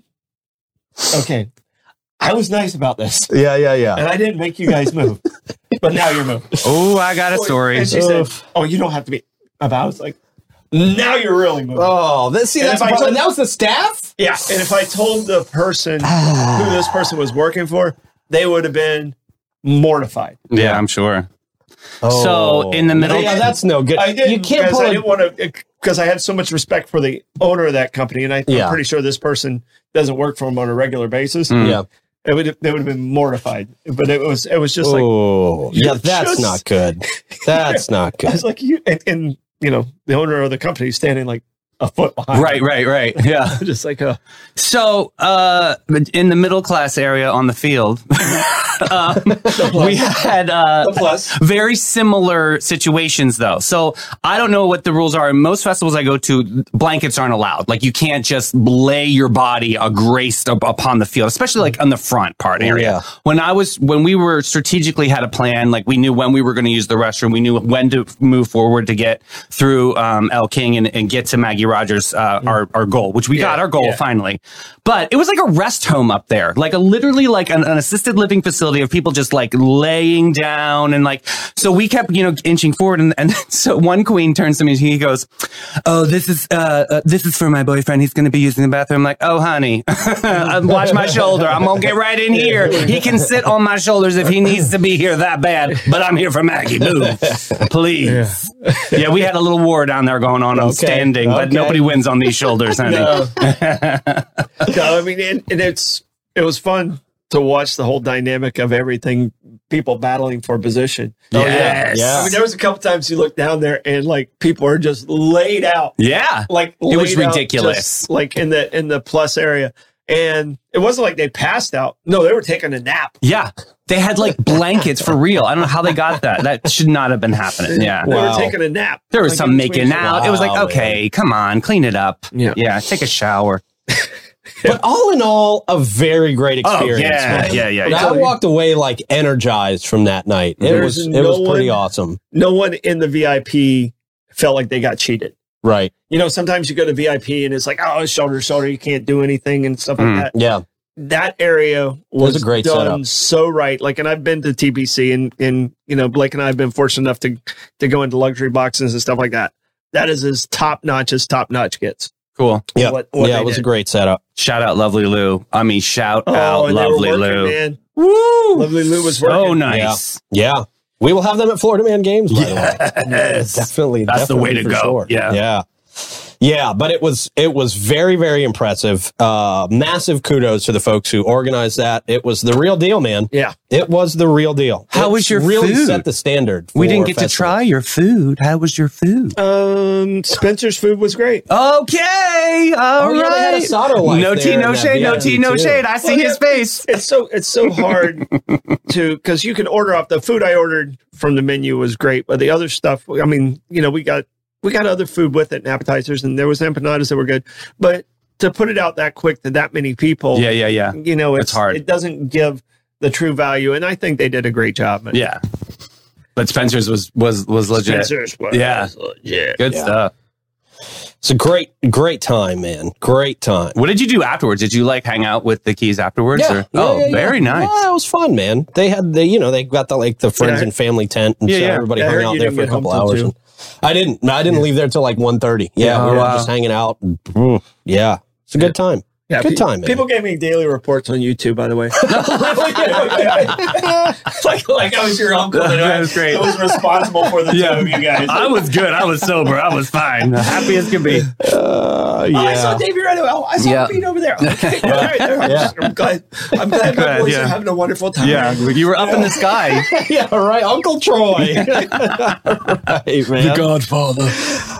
S3: "Okay, I was nice about this,
S1: Yeah, yeah, yeah.
S3: and I didn't make you guys move, but now you're moving."
S2: oh, I got a story.
S3: And she said, "Oh, you don't have to be." About it's like, now you're really moving.
S1: Oh, that, see,
S3: And
S1: that's
S3: if I
S1: probably-
S3: told-
S1: that was the staff.
S3: Yeah, and if I told the person who this person was working for, they would have been mortified.
S2: Yeah, I'm sure.
S1: Oh.
S2: So, in the middle-
S1: yeah, that's no good.
S3: I didn't,
S1: You can't
S3: because
S1: pull.
S3: I
S1: a-
S3: didn't want to because I had so much respect for the owner of that company, and I,
S1: Yeah.
S3: am pretty sure this person doesn't work for him on a regular basis.
S2: Mm.
S1: yeah.
S3: It would they would have been mortified, but it was it was just like
S1: oh, yeah,
S3: you're
S1: that's
S3: just-
S1: not good. That's not
S3: I
S1: good.
S3: was like you and, and you know the owner of the company is standing like a foot behind,
S2: Right, right, right. Yeah.
S3: just like a
S2: So, uh, in the middle class area on the field, um, we had uh,
S3: plus.
S2: very similar situations though. So I don't know what the rules are. In most festivals I go to, blankets aren't allowed. Like you can't just lay your body a graced up upon the field, especially like on the front part area.
S1: Yeah.
S2: When I was, when we were strategically had a plan, like we knew when we were going to use the restroom, we knew when to move forward to get through um, El King and, and get to Maggie Rogers, uh, our, our goal, which we got our goal
S3: yeah.
S2: finally. But it was like a rest home up there, like a literally like an, an assisted living facility of people just like laying down and like. So we kept you know inching forward, and, and so one queen turns to me and he goes, "Oh, this is uh, uh this is for my boyfriend. He's going to be using the bathroom." I'm like, "Oh, honey, uh, watch my shoulder. I'm gonna get right in here. He can sit on my shoulders if he needs to be here that bad. But I'm here for Maggie. Move, please." Yeah, we had a little war down there going on. I'm standing, but
S1: okay. Oh,
S2: nobody wins on these shoulders, honey.
S3: no, I mean, and, and it's it was fun to watch the whole dynamic of everything, people battling for position.
S2: Yes.
S1: yeah.
S3: I mean, there was a couple times you look down there and like people are just laid out,
S2: Yeah.
S3: like
S2: It was
S3: laid out
S2: ridiculous.
S3: just, like in the in the plus area. And it wasn't like they passed out. No, they were taking a nap.
S2: Yeah. They had like blankets for real. I don't know how they got that. That should not have been happening. Yeah.
S3: They
S1: Wow.
S3: were taking a nap.
S2: There was
S3: Like,
S2: some
S3: in
S2: making
S3: between-
S2: out. it was like,
S1: Wow,
S2: okay, come on, clean it up.
S3: Yeah.
S2: Yeah. Take a shower.
S1: But all in all, a very great
S3: Oh,
S1: experience. man.
S2: Yeah. Yeah.
S1: And I walked away like energized from that night. It
S3: There's
S1: was it
S3: no
S1: was pretty
S3: one-
S1: awesome.
S3: No one in the VIP felt like they got cheated.
S1: Right.
S3: You know, sometimes you go to VIP and it's like, oh, it's shoulder to shoulder, you can't do anything and stuff
S2: Mm.
S3: like that.
S1: Yeah.
S3: that area was,
S1: was a great
S3: done
S1: setup.
S3: so right. Like, and I've been to TBC, and and you know, Blake and I have been fortunate enough to to go into luxury boxes and stuff like that. That is as top notch as top notch gets.
S2: Cool.
S1: Yeah.
S3: What- what
S1: yeah,
S3: they
S1: it was a
S3: did.
S1: great setup.
S2: Shout out, lovely Lou. I mean, shout out,
S3: and Oh, they were
S2: lovely
S3: working,
S2: Lou.
S3: man.
S2: Woo.
S3: Lovely Lou was working.
S2: So nice.
S1: Yeah. We will have them at Florida Man Games. By the way.
S2: Yes.
S1: Definitely.
S2: That's the
S1: definitely
S2: way to
S1: for
S2: go.
S1: sure.
S2: Yeah.
S1: Yeah. Yeah, but it was it was very very impressive. Uh, massive kudos to the folks who organized that. It was the real deal, man.
S3: Yeah.
S1: It was the real deal.
S2: How
S1: It
S2: was your
S1: really
S2: food?
S1: set the standard?
S2: We didn't
S1: for
S2: get to
S1: festivals.
S2: try your food. How was your food?
S3: Um, Spencer's food was great.
S2: Okay. all
S1: Oh,
S2: right.
S1: yeah, they had a solder life
S2: no
S1: there
S2: tea,
S1: in
S2: no
S1: that
S2: shade, no
S1: VIP
S2: tea, no
S1: too.
S2: shade. I see
S3: Well,
S2: his
S3: yeah,
S2: face.
S3: It's so it's so hard to because you can order off the food I ordered from the menu was great, but the other stuff. I mean, you know, we got we got other food with it and appetizers, and there was empanadas that were good, but to put it out that quick to that many people,
S2: Yeah. Yeah. Yeah.
S3: you know, it's,
S2: It's hard.
S3: It doesn't give the true value, and I think they did a great job. man.
S2: Yeah. But Spencer's was was was legit.
S3: Spencer's was
S2: Yeah.
S3: legit.
S2: Good
S1: Yeah.
S2: stuff.
S1: It's a great great time, man. Great time.
S2: What did you do afterwards? Did you like hang out with the keys afterwards?
S1: Yeah.
S2: or-
S1: Yeah,
S2: oh,
S1: yeah, yeah.
S2: very nice.
S1: Yeah, it was fun, man. They had the you know they got the like the friends
S3: Yeah.
S1: and family tent, and
S2: Yeah,
S1: so
S2: yeah.
S1: everybody
S3: I
S1: hung
S3: heard
S1: out
S3: you
S1: there
S3: didn't
S1: for a
S3: get
S1: couple
S3: home till
S1: hours.
S3: two.
S1: and- I didn't. I didn't leave there till like 1.30. Yeah,
S2: Yeah.
S1: we were
S2: Oh, Wow.
S1: just hanging out. and- yeah, it's a good time.
S3: Yeah,
S1: Good
S3: pe-
S1: time, man.
S3: People gave me daily reports on YouTube, by the way. like, like I was your uncle.
S2: That
S3: I-
S2: was great.
S3: I was responsible for the
S2: Yeah.
S3: two of you guys.
S2: I was good. I was sober. I was fine. Happy as could be.
S1: Uh, yeah.
S3: Oh, I saw Davey right away. Oh, I saw
S2: Yeah.
S3: Pete over there. Okay, all right, there. I'm,
S1: Yeah.
S3: I'm glad. I'm glad my
S2: Glad,
S3: boys
S2: yeah.
S3: are having a wonderful time.
S2: Yeah. You were up in the sky.
S1: yeah, right, Uncle Troy. right, man.
S2: Godfather.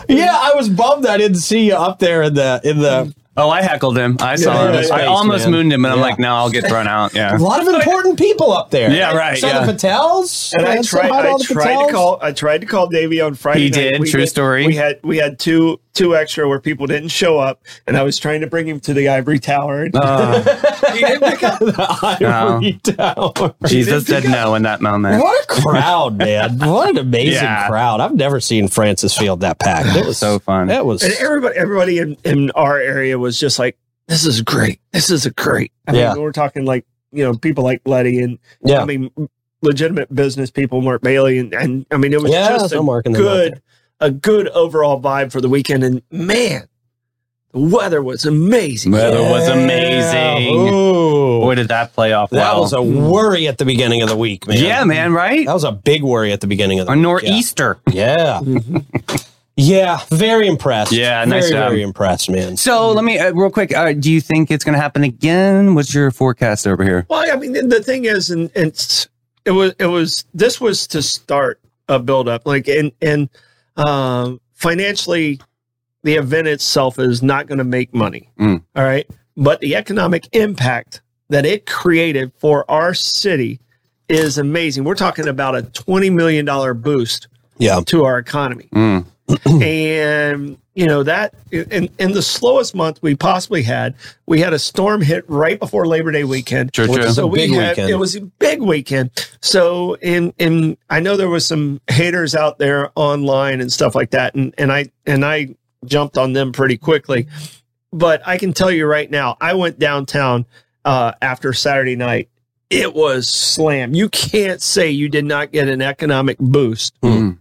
S1: Yeah, I was bummed I didn't see you up there in the in the
S2: Oh, I heckled him. I saw
S1: Yeah,
S2: him.
S1: yeah,
S2: I
S1: yeah.
S2: almost
S1: Man.
S2: mooned him, and I'm
S1: Yeah.
S2: like, no, I'll get thrown out.
S1: A
S2: Yeah.
S1: lot of important people up there.
S2: Yeah,
S1: I
S2: right,
S1: Saw
S2: yeah.
S1: the Patels.
S3: And I
S1: said
S3: tried.
S1: hi to
S3: I
S1: all the
S3: tried
S1: Patels.
S3: to call. I tried to call Davey on Friday.
S2: He
S3: night.
S2: did,
S3: We
S2: true story.
S3: We had we had two two extra where people didn't show up, and I was trying to bring him to the ivory tower. And
S2: Uh,
S3: he didn't pick up.
S1: the Ivory Tower.
S2: Jesus said no in that moment.
S1: What a crowd, man! What an amazing
S2: Yeah.
S1: crowd! I've never seen Francis Field that packed. It was
S2: So fun.
S1: That was
S3: And everybody, everybody in, in our area was just like, "This is great. This is a great." I mean,
S1: Yeah.
S3: we're talking like you know people like Letty and I
S1: yeah,
S3: mean legitimate business people, Mark Bailey, and, and I mean it was
S1: yeah.
S3: just a
S1: no marking them out
S3: good a good overall vibe for the weekend. And man, the weather was amazing.
S1: there.
S2: Weather was
S1: Yeah.
S2: amazing.
S1: Ooh.
S2: Boy, did that play off
S1: that
S2: well.
S1: was a worry at the beginning of the week, man.
S2: yeah, man, right?
S1: that was a big worry at the beginning of the
S2: A nor'easter.
S1: week. Yeah,
S3: Mm-hmm.
S1: yeah. Very impressed.
S2: Yeah,
S1: very,
S2: nice job.
S1: very impressed, man.
S2: So let me uh, real quick. Uh, do you think it's going to happen again? What's your forecast over here?
S3: Well, I mean, the- the thing is, and, and it's- it was it was this was to start a build up, like and and um, financially, the event itself is not going to make money.
S2: Mm.
S3: All right, but the economic impact that it created for our city is amazing. We're talking about a twenty million dollar boost
S1: Yeah,
S3: to our economy.
S2: Mm.
S3: and you know that in, in the slowest month we possibly had we had a storm hit right before labor day weekend
S2: True,
S1: Which
S2: true.
S1: is
S3: so
S1: a
S3: we
S1: big
S3: had
S1: weekend.
S3: it was a big weekend so in in i know there was some haters out there online and stuff like that and and i and i jumped on them pretty quickly but i can tell you right now i went downtown uh, after saturday night it was slam you can't say you did not get an economic boost
S1: Hmm.
S2: Mm.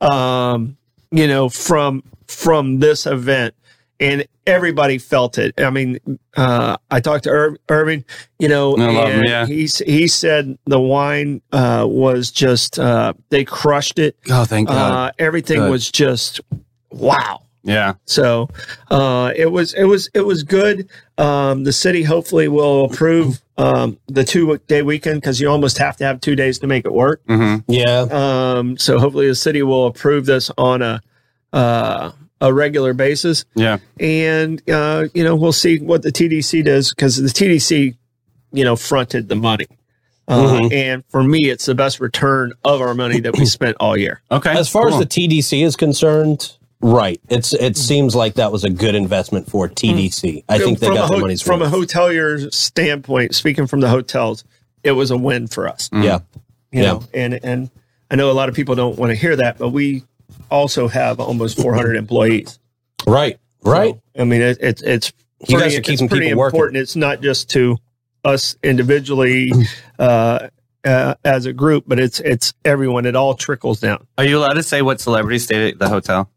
S3: um, you know, from from this event, and everybody felt it. I mean, uh, I talked to Ir- Irving, you know,
S2: I love him,
S3: and
S2: yeah.
S3: he s- he said the wine uh, was just uh, they crushed it.
S2: Oh, thank God.
S3: Uh, everything
S2: Good.
S3: was just wow.
S2: yeah.
S3: So uh, it was it was it was good. Um, the city hopefully will approve um, the two day weekend because you almost have to have two days to make it work.
S2: hmm
S1: yeah.
S3: Um, so hopefully the city will approve this on a uh, a regular basis,
S2: Yeah.
S3: and uh, you know we'll see what the TDC does because the TDC, you know, fronted the money, uh,
S1: Mhm.
S3: and for me, it's the best return of our money that we spent all year.
S2: Okay.
S1: As far
S2: Cool.
S1: as the TDC is concerned, right? It's it seems like that was a good investment for TDC. I think they
S3: from
S1: got
S3: a
S1: their
S3: ho-
S1: money's
S3: from
S1: worth.
S3: a hotelier standpoint. Speaking from the hotels, it was a win for us.
S2: Mm.
S1: yeah,
S3: you
S1: Mm, Yeah.
S3: know and and i know a lot of people don't want to hear that but we also have almost 400 employees
S1: right, right.
S3: i mean it, it's it's
S1: You guys are
S3: it's
S1: keeping
S3: pretty
S1: people working.
S3: important it's not just to us individually uh, uh, as a group but it's it's everyone it all trickles down
S2: Are you allowed to say what celebrity stayed at the hotel?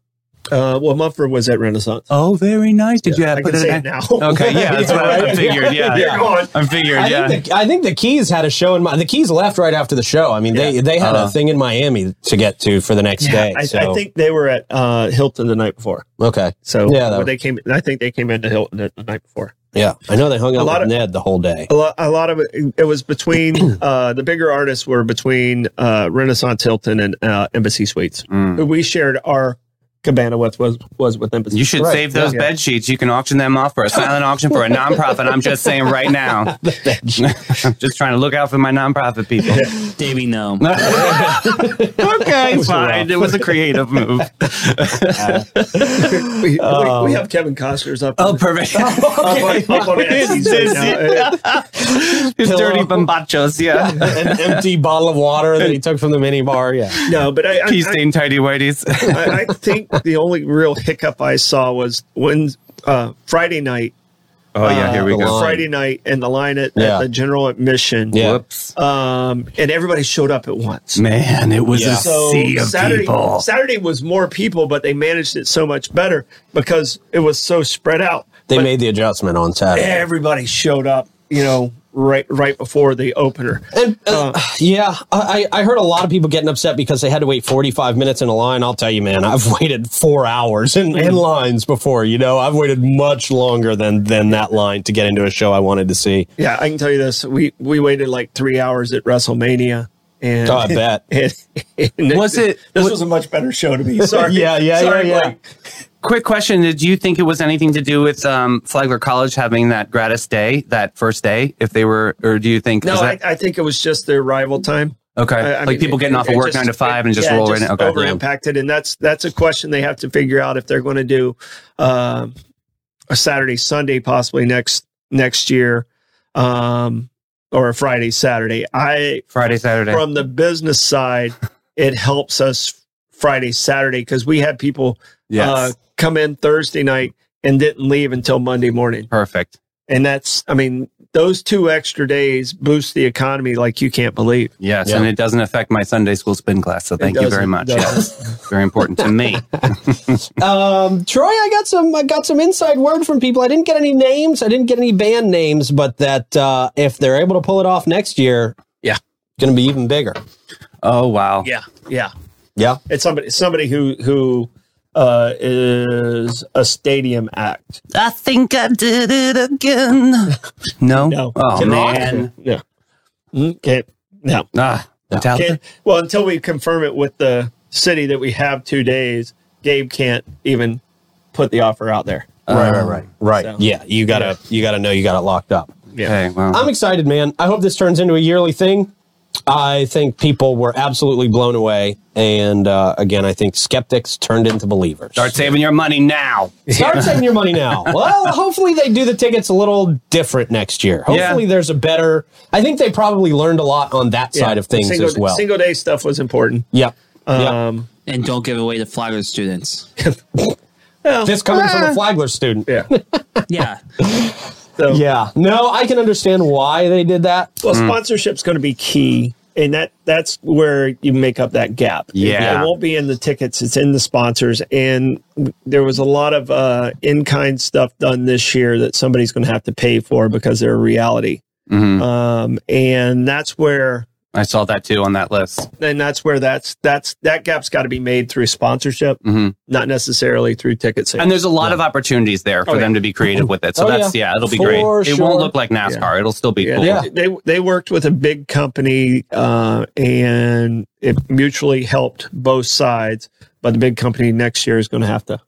S3: uh, well mumford was at renaissance
S2: Oh, very nice. Did
S3: i
S2: you
S3: can
S2: put
S3: say
S2: it
S3: it
S2: in?
S3: now
S2: Okay, yeah, that's what I figured. Yeah,
S3: You're going.
S2: I figured.
S1: I,
S2: yeah,
S1: think the, I think the Keys had a show in my. The Keys left right after the show. I mean, they they had
S2: Uh-huh.
S1: a thing in Miami to get to for the next
S3: Yeah,
S1: day.
S3: I,
S1: so
S3: I think they were at uh, hilton the night before
S1: okay,
S3: so
S1: Yeah, that-
S3: when they came i think they came into hilton the, the night before
S1: yeah, I know they hung out
S3: lot
S1: with
S3: of-
S1: Ned the whole day.
S3: a lot, a lot of it, it was between uh, the bigger artists were between uh, Renaissance Hilton and uh, Embassy Suites.
S2: Mm.
S3: We shared our cabana with was was with Embassy.
S2: you should
S1: Right,
S2: save those
S3: yeah.
S2: bed sheets. You can auction them off for a silent auction for a nonprofit. I'm just saying right now. I'm just trying to look out for my nonprofit people.
S4: Davey, no.
S2: okay, fine. It was a creative move.
S3: we,
S1: Um,
S3: we, we have Kevin Costner's up.
S2: Oh, perfect.
S3: up on, up on Etsy right now. Uh,
S2: His dirty
S1: Pillow.
S2: bombachos. Yeah.
S1: An empty bottle of water that he took from the mini bar. Yeah,
S3: No, but I, I,
S2: Pea stained tidy whities.
S3: I, I think the only real hiccup I saw was when uh, Friday night, uh,
S2: Oh yeah, here we
S1: the
S2: go.
S1: line.
S3: Friday night, and the line at,
S1: Yeah.
S3: at the general admission.
S1: Yeah.
S2: Whoops.
S3: Um, and everybody showed up at once.
S2: Man, it was
S1: Yeah.
S2: a
S3: so
S2: sea of
S3: Saturday,
S2: people.
S3: Saturday was more people, but they managed it so much better because it was so spread out.
S1: they
S3: But
S1: made the adjustment on Saturday.
S3: everybody showed up, you know, right right before the opener.
S1: And, uh,
S3: Uh,
S1: yeah, I, I I heard a lot of people getting upset because they had to wait 45 minutes in a line. I'll tell you, man, I've waited four hours in, in lines before. You know, I've waited much longer than than that line to get into a show I wanted to see.
S3: Yeah, I can tell you this: we we waited like three hours at WrestleMania, And
S1: Oh, I bet.
S3: and- and
S2: Was it-
S3: This
S2: was-
S3: was a much better show to me. Sorry.
S1: Yeah, yeah,
S3: Sorry,
S1: yeah, yeah.
S3: Blake.
S2: Quick question: Did you think it was anything to do with um, Flagler College having that gratis day, that first day, if they were, or do you think
S3: No,
S2: is that,
S3: I, I think it was just their arrival time.
S2: okay,
S3: I- I
S2: like
S3: mean,
S2: people
S3: it-
S2: getting off
S3: it
S2: of work
S3: just-
S2: nine to five and just
S3: yeah,
S2: roll rolling it? Okay,
S3: over
S2: yeah.
S3: impacted, and that's that's a question they have to figure out if they're going to do um a Saturday, Sunday, possibly next next year, um, or a Friday, Saturday. I
S2: Friday, Saturday.
S3: from uh, the business side, it helps us Friday, Saturday because we had people
S2: yes,
S3: uh, come in Thursday night and didn't leave until Monday morning,
S2: perfect.
S3: and that's I mean those two extra days boost the economy like you can't believe.
S2: Yes,
S1: Yeah.
S2: and it doesn't affect my Sunday school spin class. So thank you very
S3: doesn't-
S2: much.
S3: doesn't.
S2: Yes, very important to me.
S1: Um, Troy, I got some I got some inside word from people. I didn't get any names. I didn't get any band names, but that uh, if they're able to pull it off next year,
S4: Yeah.
S1: going to be even bigger.
S2: Oh wow.
S4: Yeah.
S3: Yeah.
S1: Yeah.
S3: It's somebody somebody who who uh, is a stadium act.
S2: I think I did it again. No.
S3: No.
S2: Oh
S3: Can-
S2: man.
S3: Yeah. Mm, Okay. No.
S2: Ah, Metallica.
S3: Can't, well, until we confirm it with the city that we have two days, Gabe can't even put the offer out there.
S1: Right, right, right, right.
S3: So-
S1: Um, yeah, you gotta you gotta know you got it locked up.
S2: Okay. Well.
S1: I'm excited, man. I hope this turns into a yearly thing. I think people were absolutely blown away, and uh, again, I think skeptics turned into believers.
S2: Start saving your money now.
S1: Start saving your money now. Well, hopefully they do the tickets a little different next year. Hopefully
S2: Yeah.
S1: there's a better. I think they probably learned a lot on that side
S3: Yeah.
S1: of things
S3: single,
S1: as well.
S3: Single day stuff was important.
S1: yep. yep.
S3: Um,
S4: And don't give away the Flagler students.
S1: This coming from a Flagler student.
S3: eh. yeah.
S4: Yeah.
S3: So,
S1: Yeah. No, I can understand why they did that.
S3: Well, sponsorship's going to be key, and that that's where you make up that gap.
S2: Yeah.
S3: it won't be in the tickets; it's in the sponsors. And there was a lot of uh, in kind stuff done this year that somebody's going to have to pay for because they're a reality.
S2: Mhm.
S3: Um, and that's where
S2: I saw that too on that list.
S3: and that's where that's that's that gap's got to be made through sponsorship,
S2: Mhm.
S3: not necessarily through ticket sales.
S2: And there's a lot of opportunities there for
S3: Oh, yeah.
S2: them to be creative with it. So
S1: Oh,
S2: that's
S1: yeah.
S2: yeah, it'll be
S1: For
S2: great. It
S1: sure.
S2: won't look like NASCAR. It'll still be
S3: Yeah,
S2: cool.
S1: Yeah.
S3: They, they they worked with a big company uh, and it mutually helped both sides. But the big company next year is going to have to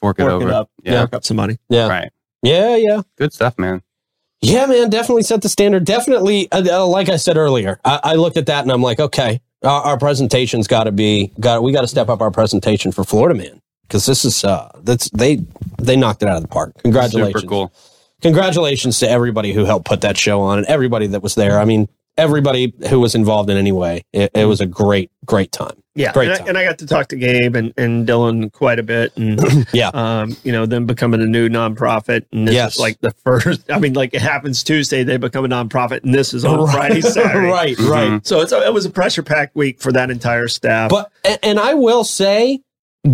S2: Fork it
S3: work
S2: over.
S3: it up,
S2: Yeah.
S3: work up some money.
S1: Yeah.
S2: Right.
S1: Yeah. Yeah.
S2: Good stuff, man.
S1: Yeah, man, definitely set the standard. Definitely, uh, uh, like I said earlier, I, I looked at that and I'm like, okay, our, our presentation's got to be got. We got to step up our presentation for Florida Man because this is uh, that's they they knocked it out of the park. Congratulations,
S2: Super cool.
S1: congratulations to everybody who helped put that show on and everybody that was there. I mean, everybody who was involved in any way. It, it was a great, great time.
S3: Yeah,
S1: Great
S3: and I,
S1: time.
S3: and I got to talk to Gabe and, and Dylan quite a bit, and
S1: Yeah.
S3: um, you know, them becoming a new nonprofit, and this
S1: Yes.
S3: is like the first. I mean, like it happens Tuesday, they become a nonprofit, and this is on Friday, Saturday,
S1: right,
S2: Mm-hmm.
S1: right.
S3: So it's a, it was a pressure packed week for that entire staff.
S1: But and, and I will say,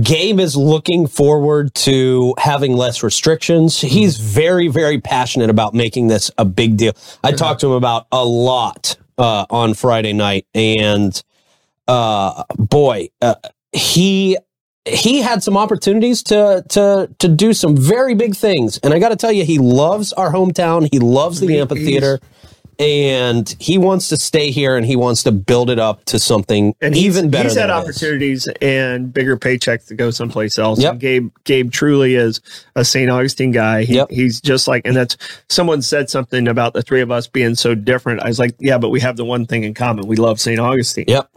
S1: Gabe is looking forward to having less restrictions. He's very, very passionate about making this a big deal. I talked to him about a lot uh, on Friday night, and uh, boy, uh, he he had some opportunities to to to do some very big things. And I got to tell you, he loves our hometown. He loves the amphitheater. And he wants to stay here, and he wants to build it up to something
S3: and he's-
S1: even better.
S3: He's
S1: than it
S3: had
S1: is.
S3: opportunities and bigger paychecks to go someplace else.
S1: Yep.
S3: And Gabe Gabe truly is a St. Augustine guy. He,
S1: Yep.
S3: He's just like, and that's someone said something about the three of us being so different. I was like, yeah, but we have the one thing in common: we love St. Augustine.
S1: Yep.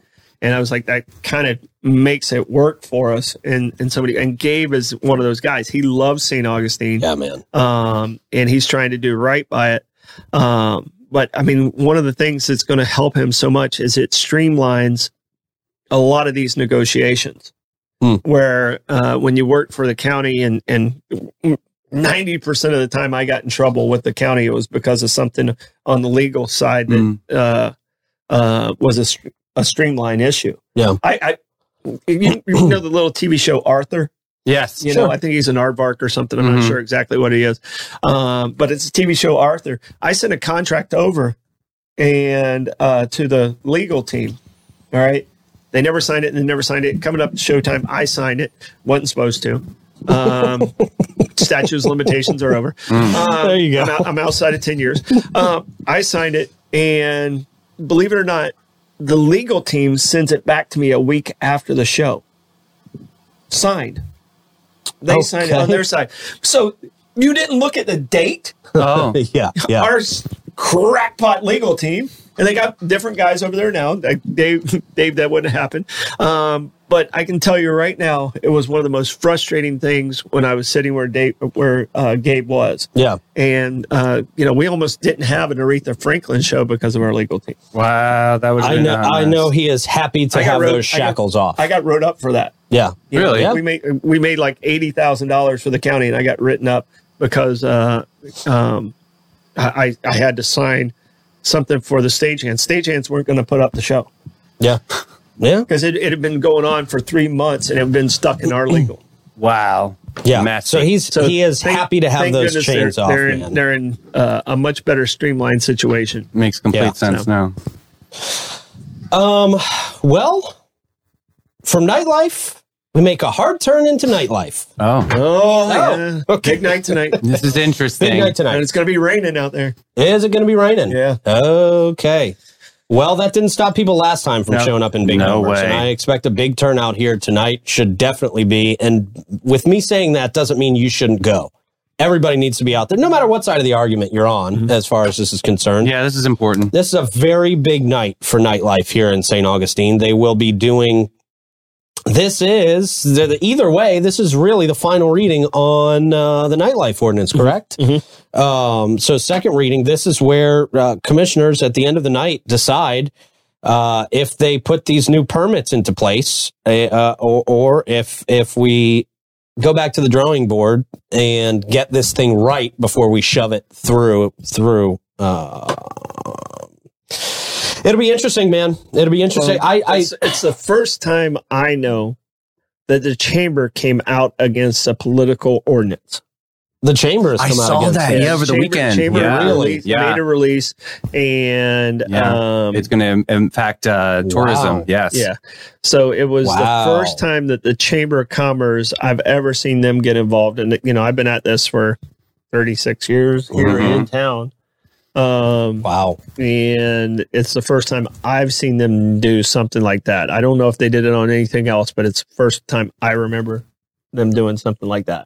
S3: And I was like, that kind of makes it work for us. And and somebody and Gabe is one of those guys. He loves St. Augustine.
S1: Yeah, man.
S3: um, and he's trying to do right by it. Um, but I mean, one of the things that's going to help him so much is it streamlines a lot of these negotiations,
S1: Hmm.
S3: where uh, when you work for the county and and. 90% of the time I got in trouble with the county, it was because of something on the legal side that
S2: Mm.
S3: uh, uh, was a, str- a streamline issue.
S1: Yeah.
S3: I, I you, you know, the little TV show Arthur,
S2: Yes.
S3: you
S1: Sure. Mm-hmm.
S3: know, I think he's an aardvark or something. I'm not
S2: Mhm.
S3: sure exactly what he is. Um, but it's a TV show, Arthur. I sent a contract over and uh, to the legal team. All right. They never signed it and they never signed it. Coming up to showtime, I signed it. Wasn't supposed to. Um, statute's limitations are over. Um,
S1: Mm. There you go.
S3: Uh, I'm, out- I'm outside of 10 years. Um, I signed it. And believe it or not, the legal team sends it back to me a week after the show. Signed. They signed it on
S1: Okay.
S3: their side. So you didn't look at the date.
S2: Oh,
S1: yeah, yeah.
S3: Our s- crackpot legal team, and they got different guys over there now. Like, Dave, Dave, that wouldn't happen. Um, but I can tell you right now, it was one of the most frustrating things when I was sitting where Dave, where uh, Gabe was.
S1: yeah.
S3: And uh, you know, we almost didn't have an Aretha Franklin show because of our legal team.
S2: wow, that was.
S1: I know. I know he is happy to
S3: I got
S1: have
S3: wrote-
S1: those
S3: I got-
S1: shackles off.
S3: I got wrote up for that.
S1: yeah,
S3: You know,
S2: Really?
S3: we made we made like eighty thousand dollars for the county, and I got written up because uh, um, I I I had to sign something for the stagehands. Stagehands weren't going to put up the show
S1: yeah, yeah,
S3: because it, it had been going on for three months and it had been stuck in our legal.
S2: Wow.
S1: yeah.
S2: Messy.
S1: So he's he is
S3: Thank-
S1: happy to have
S3: thank
S1: those
S3: goodness
S1: chains
S3: they're,
S1: off.
S3: They're in,
S1: man.
S3: they're in uh, a much better streamlined situation.
S2: makes complete
S1: Yeah,
S2: sense
S3: so-
S2: now.
S1: Um, well, from nightlife, we make a hard turn into nightlife.
S2: Oh,
S3: Oh,
S1: yeah. okay.
S3: big night tonight,
S2: this is
S1: Big
S2: interesting.
S1: night
S3: and
S1: tonight.
S3: it's going to be raining out there.
S1: Is it going to be raining?
S3: Yeah.
S1: Okay. Well, that didn't stop people last time from
S2: No.
S1: showing up in big
S2: No
S1: numbers,
S2: way.
S1: and I expect a big turnout here tonight. Should definitely be. And with me saying that doesn't mean you shouldn't go. Everybody needs to be out there, no matter what side of the argument you're on, as far as this is concerned.
S2: Mm-hmm. Yeah, this is important.
S1: This is a very big night for nightlife here in St. Augustine. They will be doing. This is the, the- either way. This is really the final reading on uh, the nightlife ordinance,
S2: Mm-hmm.
S1: correct? Um, so second reading. This is where uh, commissioners at the end of the night decide uh, if they put these new permits into place, uh, uh, or, or if if we go back to the drawing board and get this thing right before we shove it through through. Uh, it'll be interesting, man. It'll be interesting.
S3: Well,
S1: I, I
S3: it's, it's the first time I know that the chamber came out against a political ordinance.
S1: the chamber has
S2: I
S1: come out
S2: saw
S1: against
S2: that,
S1: it.
S2: yeah. over the
S3: Chamber-
S2: weekend.
S3: chamber
S2: Yeah.
S3: released-
S2: Yeah.
S3: made a release, and
S2: Yeah.
S3: um,
S2: It's going to impact uh, tourism.
S1: Wow.
S2: Yes.
S3: yeah. So it was
S1: Wow.
S3: the first time that the chamber of commerce I've ever seen them get involved, and you know I've been at this for thirty six years here
S1: Mm-hmm.
S3: in town. Um,
S1: Wow.
S3: and it's the first time I've seen them do something like that. I don't know if they did it on anything else, but it's the first time I remember them doing something like that.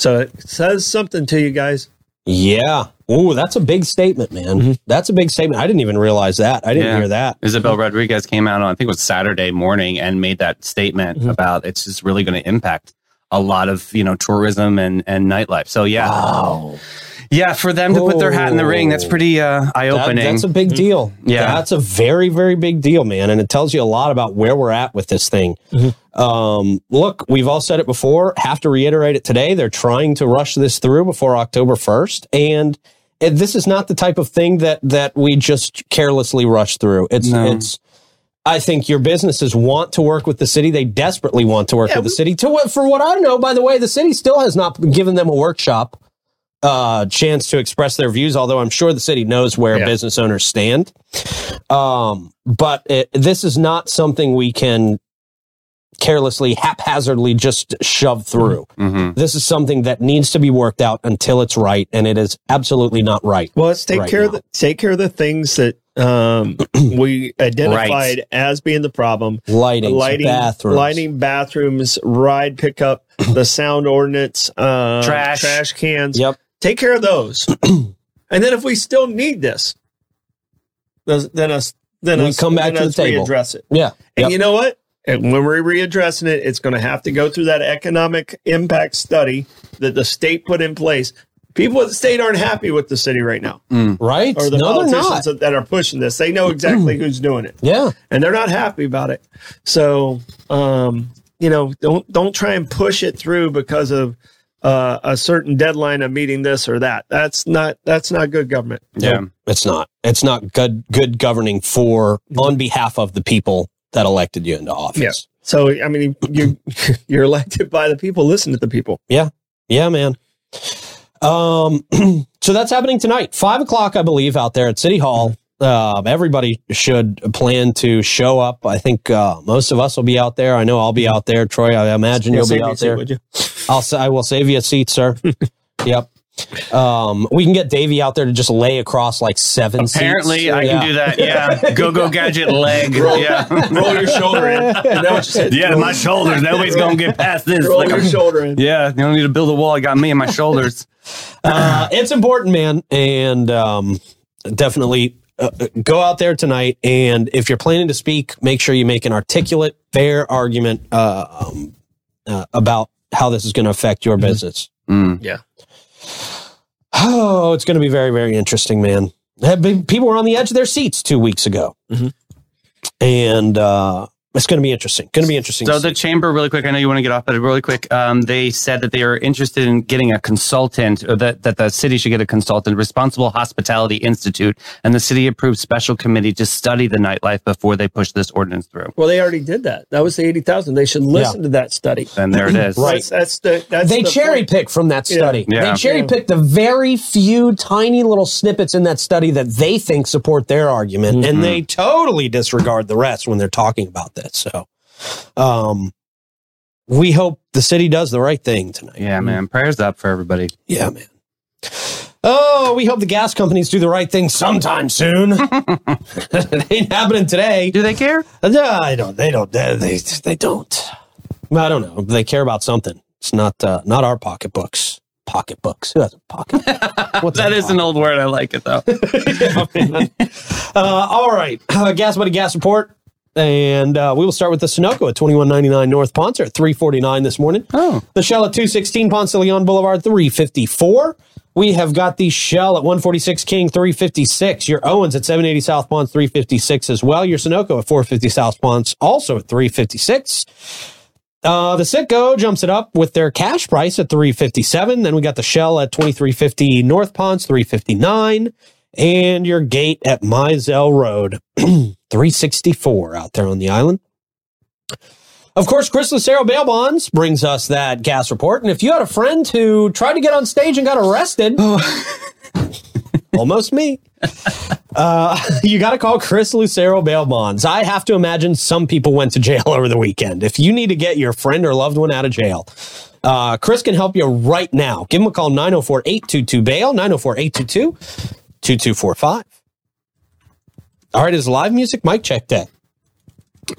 S3: So it says something to you guys.
S1: Yeah. Ooh, that's a big statement, man. That's a big statement. I didn't even realize that. I didn't
S2: Mm-hmm. Yeah.
S1: hear that.
S2: Isabel Rodriguez came out on, I think it was Saturday morning, and made that statement about it's just really going to impact a lot of you know tourism and and nightlife. So yeah,
S1: Wow.
S2: yeah, for them to put their hat in the ring, that's
S1: Oh.
S2: pretty uh, eye
S1: That-
S2: opening.
S1: that's a big deal.
S2: Yeah.
S1: That's a very, very big deal, man. And it tells you a lot about where we're at with this thing. Um, look, we've all said it before, have to reiterate it today. They're trying to rush this through before October 1st. And it- this is not the type of thing that, that we just carelessly rush through. It's,
S2: No.
S1: it's, I think your businesses want to work with the city. They desperately want to work with the city. To what, for what I know, by the way, the city still has not given them a workshop uh, chance to express their views. Although I'm sure the city knows where
S3: Yeah.
S1: business owners stand. Um, but it, this is not something we can carelessly, haphazardly just shove through.
S3: Mm-hmm.
S2: Mhm.
S1: This is something that needs to be worked out until it's right, and it is absolutely not right.
S3: Well, let's take
S1: Right
S3: care of
S1: now.
S3: the take care of the things that um, we identified as being the problem.
S1: Lighting,
S3: lighting,
S1: bathrooms,
S3: lighting, bathrooms, ride pickup, the sound ordinance, uh,
S2: Trash.
S3: trash cans.
S1: Yep.
S3: Take care of those, and then if we still need this, those- then us, then
S1: We
S3: us,
S1: come back to
S3: then
S1: the
S3: us
S1: table.
S3: readdress it.
S1: Yeah.
S3: And
S1: Yep.
S3: you know what? And when we're readdressing it, it's going to have to go through that economic impact study that the state put in place. People at the state aren't happy with the city right now,
S1: Right?
S3: or the
S1: No, they're
S3: politicians
S1: not.
S3: that- that are pushing this. They know exactly who's doing it
S1: Yeah.
S3: and they're not happy about it. So, um, you know, don't don't try and push it through because of uh, a certain deadline of meeting this or that. That's not that's not good government.
S2: yeah.
S1: It's not. It's not good good governing for on behalf of the people that elected you into office.
S3: So, I mean, you you're elected by the people. Listen to the people.
S1: Yeah, man. Um, so that's happening tonight, five o'clock, I believe, out there at City Hall. Um, everybody should plan to show up. I think uh, most of us will be out there. I know I'll be out there. Troy, I imagine you'll be
S3: Save me a
S1: out
S3: seat,
S1: there.
S3: would you?
S1: I'll sa- I will save you a seat, sir. yep. Um, we can get Davey out there to just lay across like seven.
S2: Apparently,
S1: seats.
S2: I
S1: Yeah.
S2: can do that. Yeah, go go gadget leg. Yeah,
S3: Roll your shoulder in. And that was just it.
S2: yeah, my shoulders. Nobody's gonna get past this.
S3: Roll
S2: Like
S3: your
S2: I'm-
S3: shoulder in.
S2: yeah, you don't need to build a wall. I got me and my shoulders.
S1: uh, it's important, man, and um, definitely uh, uh, go out there tonight. And if you're planning to speak, make sure you make an articulate, fair argument uh, um, uh, about how this is going to affect your business.
S2: Mm.
S1: Oh, it's going to be very, very interesting, man. Have been- People were on the edge of their seats two weeks ago,
S3: Mhm.
S1: and uh, it's going to be interesting. Going to be interesting.
S2: So
S1: to
S2: the chamber, really quick. I know you want to get off, but really quick, um, they said that they are interested in getting a consultant, or that that the city should get a consultant, Responsible Hospitality Institute, and the city approved special committee to study the nightlife before they push this ordinance through.
S5: Well, they already did that. That was the 80,000. They should listen to that study.
S2: And there it is.
S1: Right.
S3: That's, that's the that's
S1: they
S3: the
S1: cherry
S3: point.
S1: pick from that study.
S2: Yeah. Yeah.
S1: They cherry pick the very few tiny little snippets in that study that they think support their argument, and they totally disregard the rest when they're talking about this. So, um, we hope the city does the right thing tonight.
S2: Yeah, man. Prayers up for everybody.
S1: Yeah, man. Oh, we hope the gas companies do the right thing sometime soon. it ain't happening today.
S2: Do they care?
S1: No, I don't. They don't. They they, they don't. Well, I don't know. They care about something. It's not uh, not our pocketbooks. Pocketbooks. Who has a pocket? What's
S2: That
S1: a
S2: is an old word. I like it though.
S1: pocket? Uh, all right. Uh, gas buddy gas report. And uh, we will start with the Sunoco at 2199 North Ponce at 349 this morning.
S2: Oh.
S1: The Shell at 216 Ponce de Leon Boulevard 354. We have got the Shell at 146 King 356. Your Owens at 780 South Ponce 356 as well. Your Sunoco at 450 South Ponce also at 356. Uh, the Sitco jumps it up with their cash price at 357. Then we got the Shell at 2350 North Ponce 359. And your gate at Mizell Road 364 out there on the island. Of course, Chris Lucero bail bonds brings us that gas report. And if you had a friend who tried to get on stage and got arrested, almost me, uh, you got to call Chris Lucero bail bonds. I have to imagine some people went to jail over the weekend. If you need to get your friend or loved one out of jail, uh, Chris can help you right now. Give him a call 904 822 bail, 904 822 2245. All right, is live music mic check day?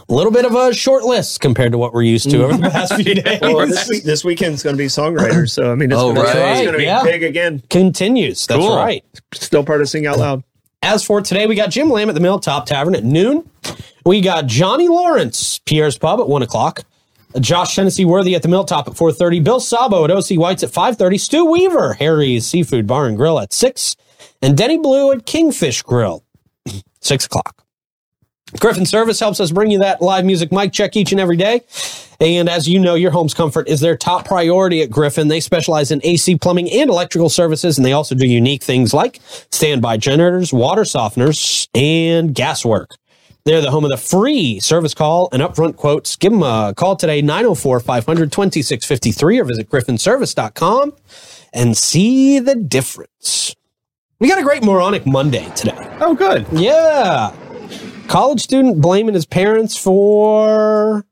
S1: A little bit of a short list compared to what we're used to over the past few days.
S3: Well, this, week, this weekend's going to be songwriters, so I mean, it's
S5: Oh,
S3: going
S5: right.
S3: to be
S1: Yeah.
S3: big again.
S1: Continues. That's
S2: Cool.
S1: right.
S3: Still part of Sing Out Loud.
S1: As for today, we got Jim Lamb at the Mill Top Tavern at noon. We got Johnny Lawrence, Pierre's Pub at one o'clock. Josh Tennessee Worthy at the Milltop at 4.30. Bill Sabo at OC White's at 5.30. Stu Weaver, Harry's Seafood Bar and Grill at 6. And Denny Blue at Kingfish Grill, 6 o'clock. Griffin Service helps us bring you that live music mic check each and every day. And as you know, your home's comfort is their top priority at Griffin. They specialize in AC plumbing and electrical services, and they also do unique things like standby generators, water softeners, and gas work. They're the home of the free service call and upfront quotes. Give them a call today, 904 500 2653, or visit griffinservice.com and see the difference. We got a great Moronic Monday today.
S2: Oh, good.
S1: Yeah. College student blaming his parents for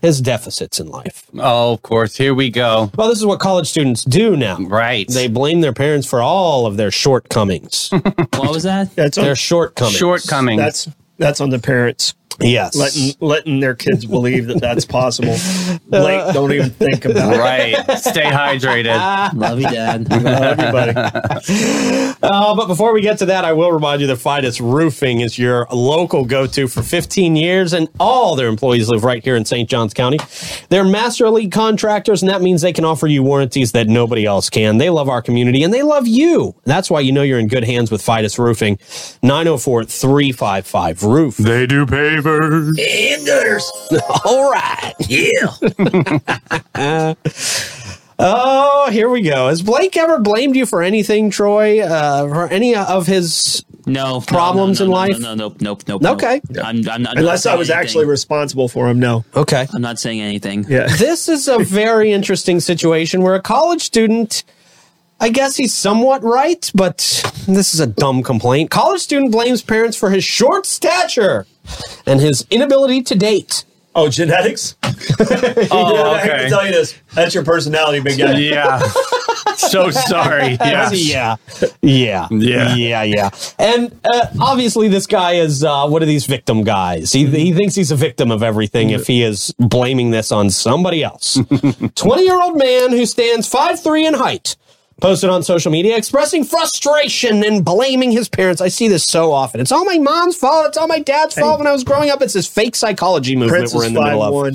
S1: his deficits in life.
S2: Oh, of course. Here we go.
S1: Well, this is what college students do now.
S2: Right.
S1: They blame their parents for all of their shortcomings.
S4: What was that?
S3: That's on,
S1: their shortcomings.
S2: shortcomings.
S3: that's that's on the parents
S1: Yes.
S3: letting letting their kids believe that that's possible. Blake, don't even think about it.
S2: right. Stay hydrated.
S4: Love you, Dad.
S3: Everybody,
S1: Uh, but before we get to that, I will remind you that Fidus Roofing is your local go to for 15 years, and all their employees live right here in St. Johns County. They're master elite contractors, and that means they can offer you warranties that nobody else can. They love our community and they love you. That's why you know you're in good hands with Fidus Roofing. 904 355 Roof.
S2: They do pavers.
S1: All right. Yeah. oh, here we go. Has Blake ever blamed you for anything, Troy? Uh, for any of his.
S4: No
S1: Problems
S4: no, no,
S1: in
S4: no,
S1: life?
S4: No, no, no, no, no.
S1: Okay.
S4: I'm, I'm not,
S3: unless
S4: I'm not
S3: I was actually
S4: saying anything.
S3: responsible for him, no.
S1: Okay.
S4: I'm not saying anything.
S3: Yeah,
S1: this is a very interesting situation where a college student I guess he's somewhat right, but this is a dumb complaint. College student blames parents for his short stature and his inability to date.
S3: Oh, genetics?
S2: Oh,
S3: I hate to
S2: okay.
S3: tell you this. That's your personality, big guy.
S2: Yeah. so sorry. Yeah.
S1: yeah, yeah,
S2: Yeah.
S1: yeah, yeah. And uh, obviously, this guy is uh, one of these victim guys. He, he thinks he's a victim of everything if he is blaming this on somebody else. Twenty-year-old man who stands five three in height posted on social media expressing frustration and blaming his parents. I see this so often. It's all my mom's fault. It's all my dad's fault. When I was growing up, it's this fake psychology movement
S3: Prince
S1: we're
S3: is
S1: in the
S3: five
S1: middle of.
S3: one.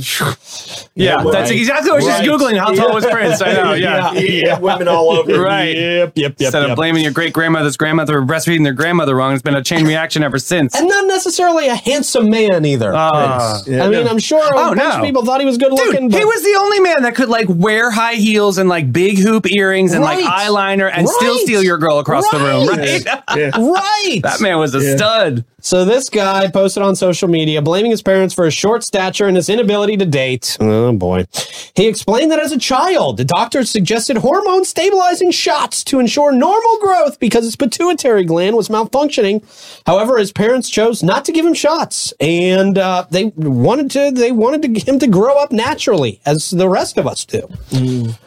S2: Yeah,
S3: Yeah,
S2: that's
S3: right.
S2: exactly what I was just
S3: Right.
S2: Googling how tall was Prince. I know. Yeah.
S3: Yeah, women all over.
S2: Right.
S1: Yep, yep, yep.
S2: Instead
S1: yep.
S2: of blaming your great grandmother's grandmother for breastfeeding their grandmother wrong, it's been a chain reaction ever since.
S1: and not necessarily a handsome man either.
S3: Uh,
S2: Ah.
S1: Prince. I mean, I'm sure a
S2: Oh,
S1: bunch of
S2: no.
S1: people thought he was good
S2: Dude,
S1: looking. but
S2: he was the only man that could like wear high heels and like big hoop earrings and like
S1: Right.
S2: eyeliner and still
S1: Right.
S2: steal your girl across the room.
S1: Right.
S2: Right?
S3: Yeah.
S1: right.
S2: That man was a stud.
S1: so this guy posted on social media blaming his parents for his short stature and his inability to date. Oh boy. He explained that as a child, the doctors suggested hormone stabilizing shots to ensure normal growth because his pituitary gland was malfunctioning. However, his parents chose not to give him shots and uh, they wanted to they wanted to, him to grow up naturally as the rest of us do.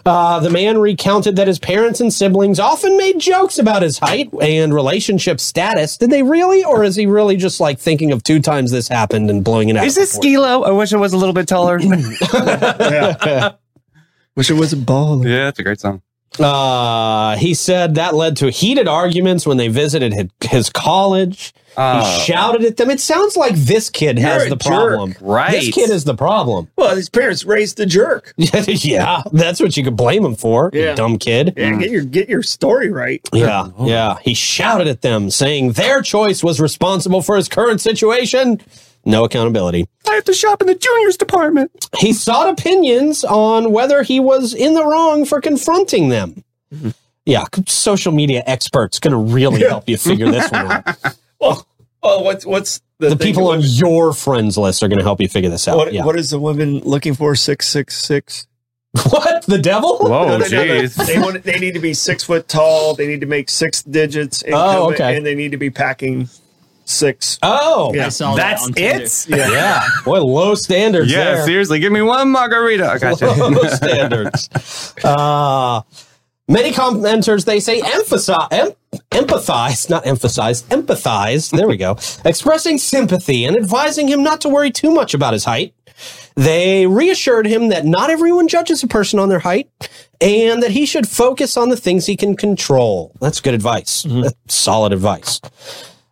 S1: Uh, the man recounted that his parents and siblings often made jokes about his height and relationship status. Did they really, or is he really just like thinking of two times this happened and blowing it out?
S2: Is this Skilo? I wish it was a little bit taller. yeah,
S5: Wish it was a ball.
S2: that's a great song.
S1: Uh, he said that led to heated arguments when they visited his, his college. he shouted at them. It sounds like this kid
S3: Uh. You're
S1: has
S3: a
S1: the
S3: jerk,
S1: problem.
S2: right.
S1: This kid is the problem.
S3: Well, his parents raised the jerk.
S1: yeah, that's what you could blame him for. you
S3: Yeah.
S1: dumb kid.
S3: Yeah, get your get your story right.
S1: Yeah, yeah. He shouted at them, saying their choice was responsible for his current situation. No accountability.
S2: I have to shop in the juniors department.
S1: He sought opinions on whether he was in the wrong for confronting them. Yeah, c- social media experts going to really help you figure this one out.
S3: Oh, oh what's what's
S1: The
S3: thing
S1: people
S3: that
S1: on
S3: women-
S1: your friends list are going to help you figure this out.
S3: What,
S1: yeah.
S3: what is the woman looking for? Six six six.
S1: What? The devil?
S2: Whoa,
S3: No, no, no, no. They want. They need to be six foot tall. They need to make six digits. And
S1: Oh, okay.
S3: And they need to be packing six.
S1: Oh,
S4: I
S1: yeah.
S4: saw that
S2: That's
S4: on Tinder.
S2: it?
S1: Boy, low standards
S2: Yeah,
S1: there.
S2: seriously, give me one margarita. I gotcha.
S1: low standards. Uh, many commenters they say emphasize, em- empathize, not emphasize, empathize. There we go. Expressing sympathy and advising him not to worry too much about his height. They reassured him that not everyone judges a person on their height and that he should focus on the things he can control. That's good advice.
S2: Mm-hmm.
S1: Solid advice.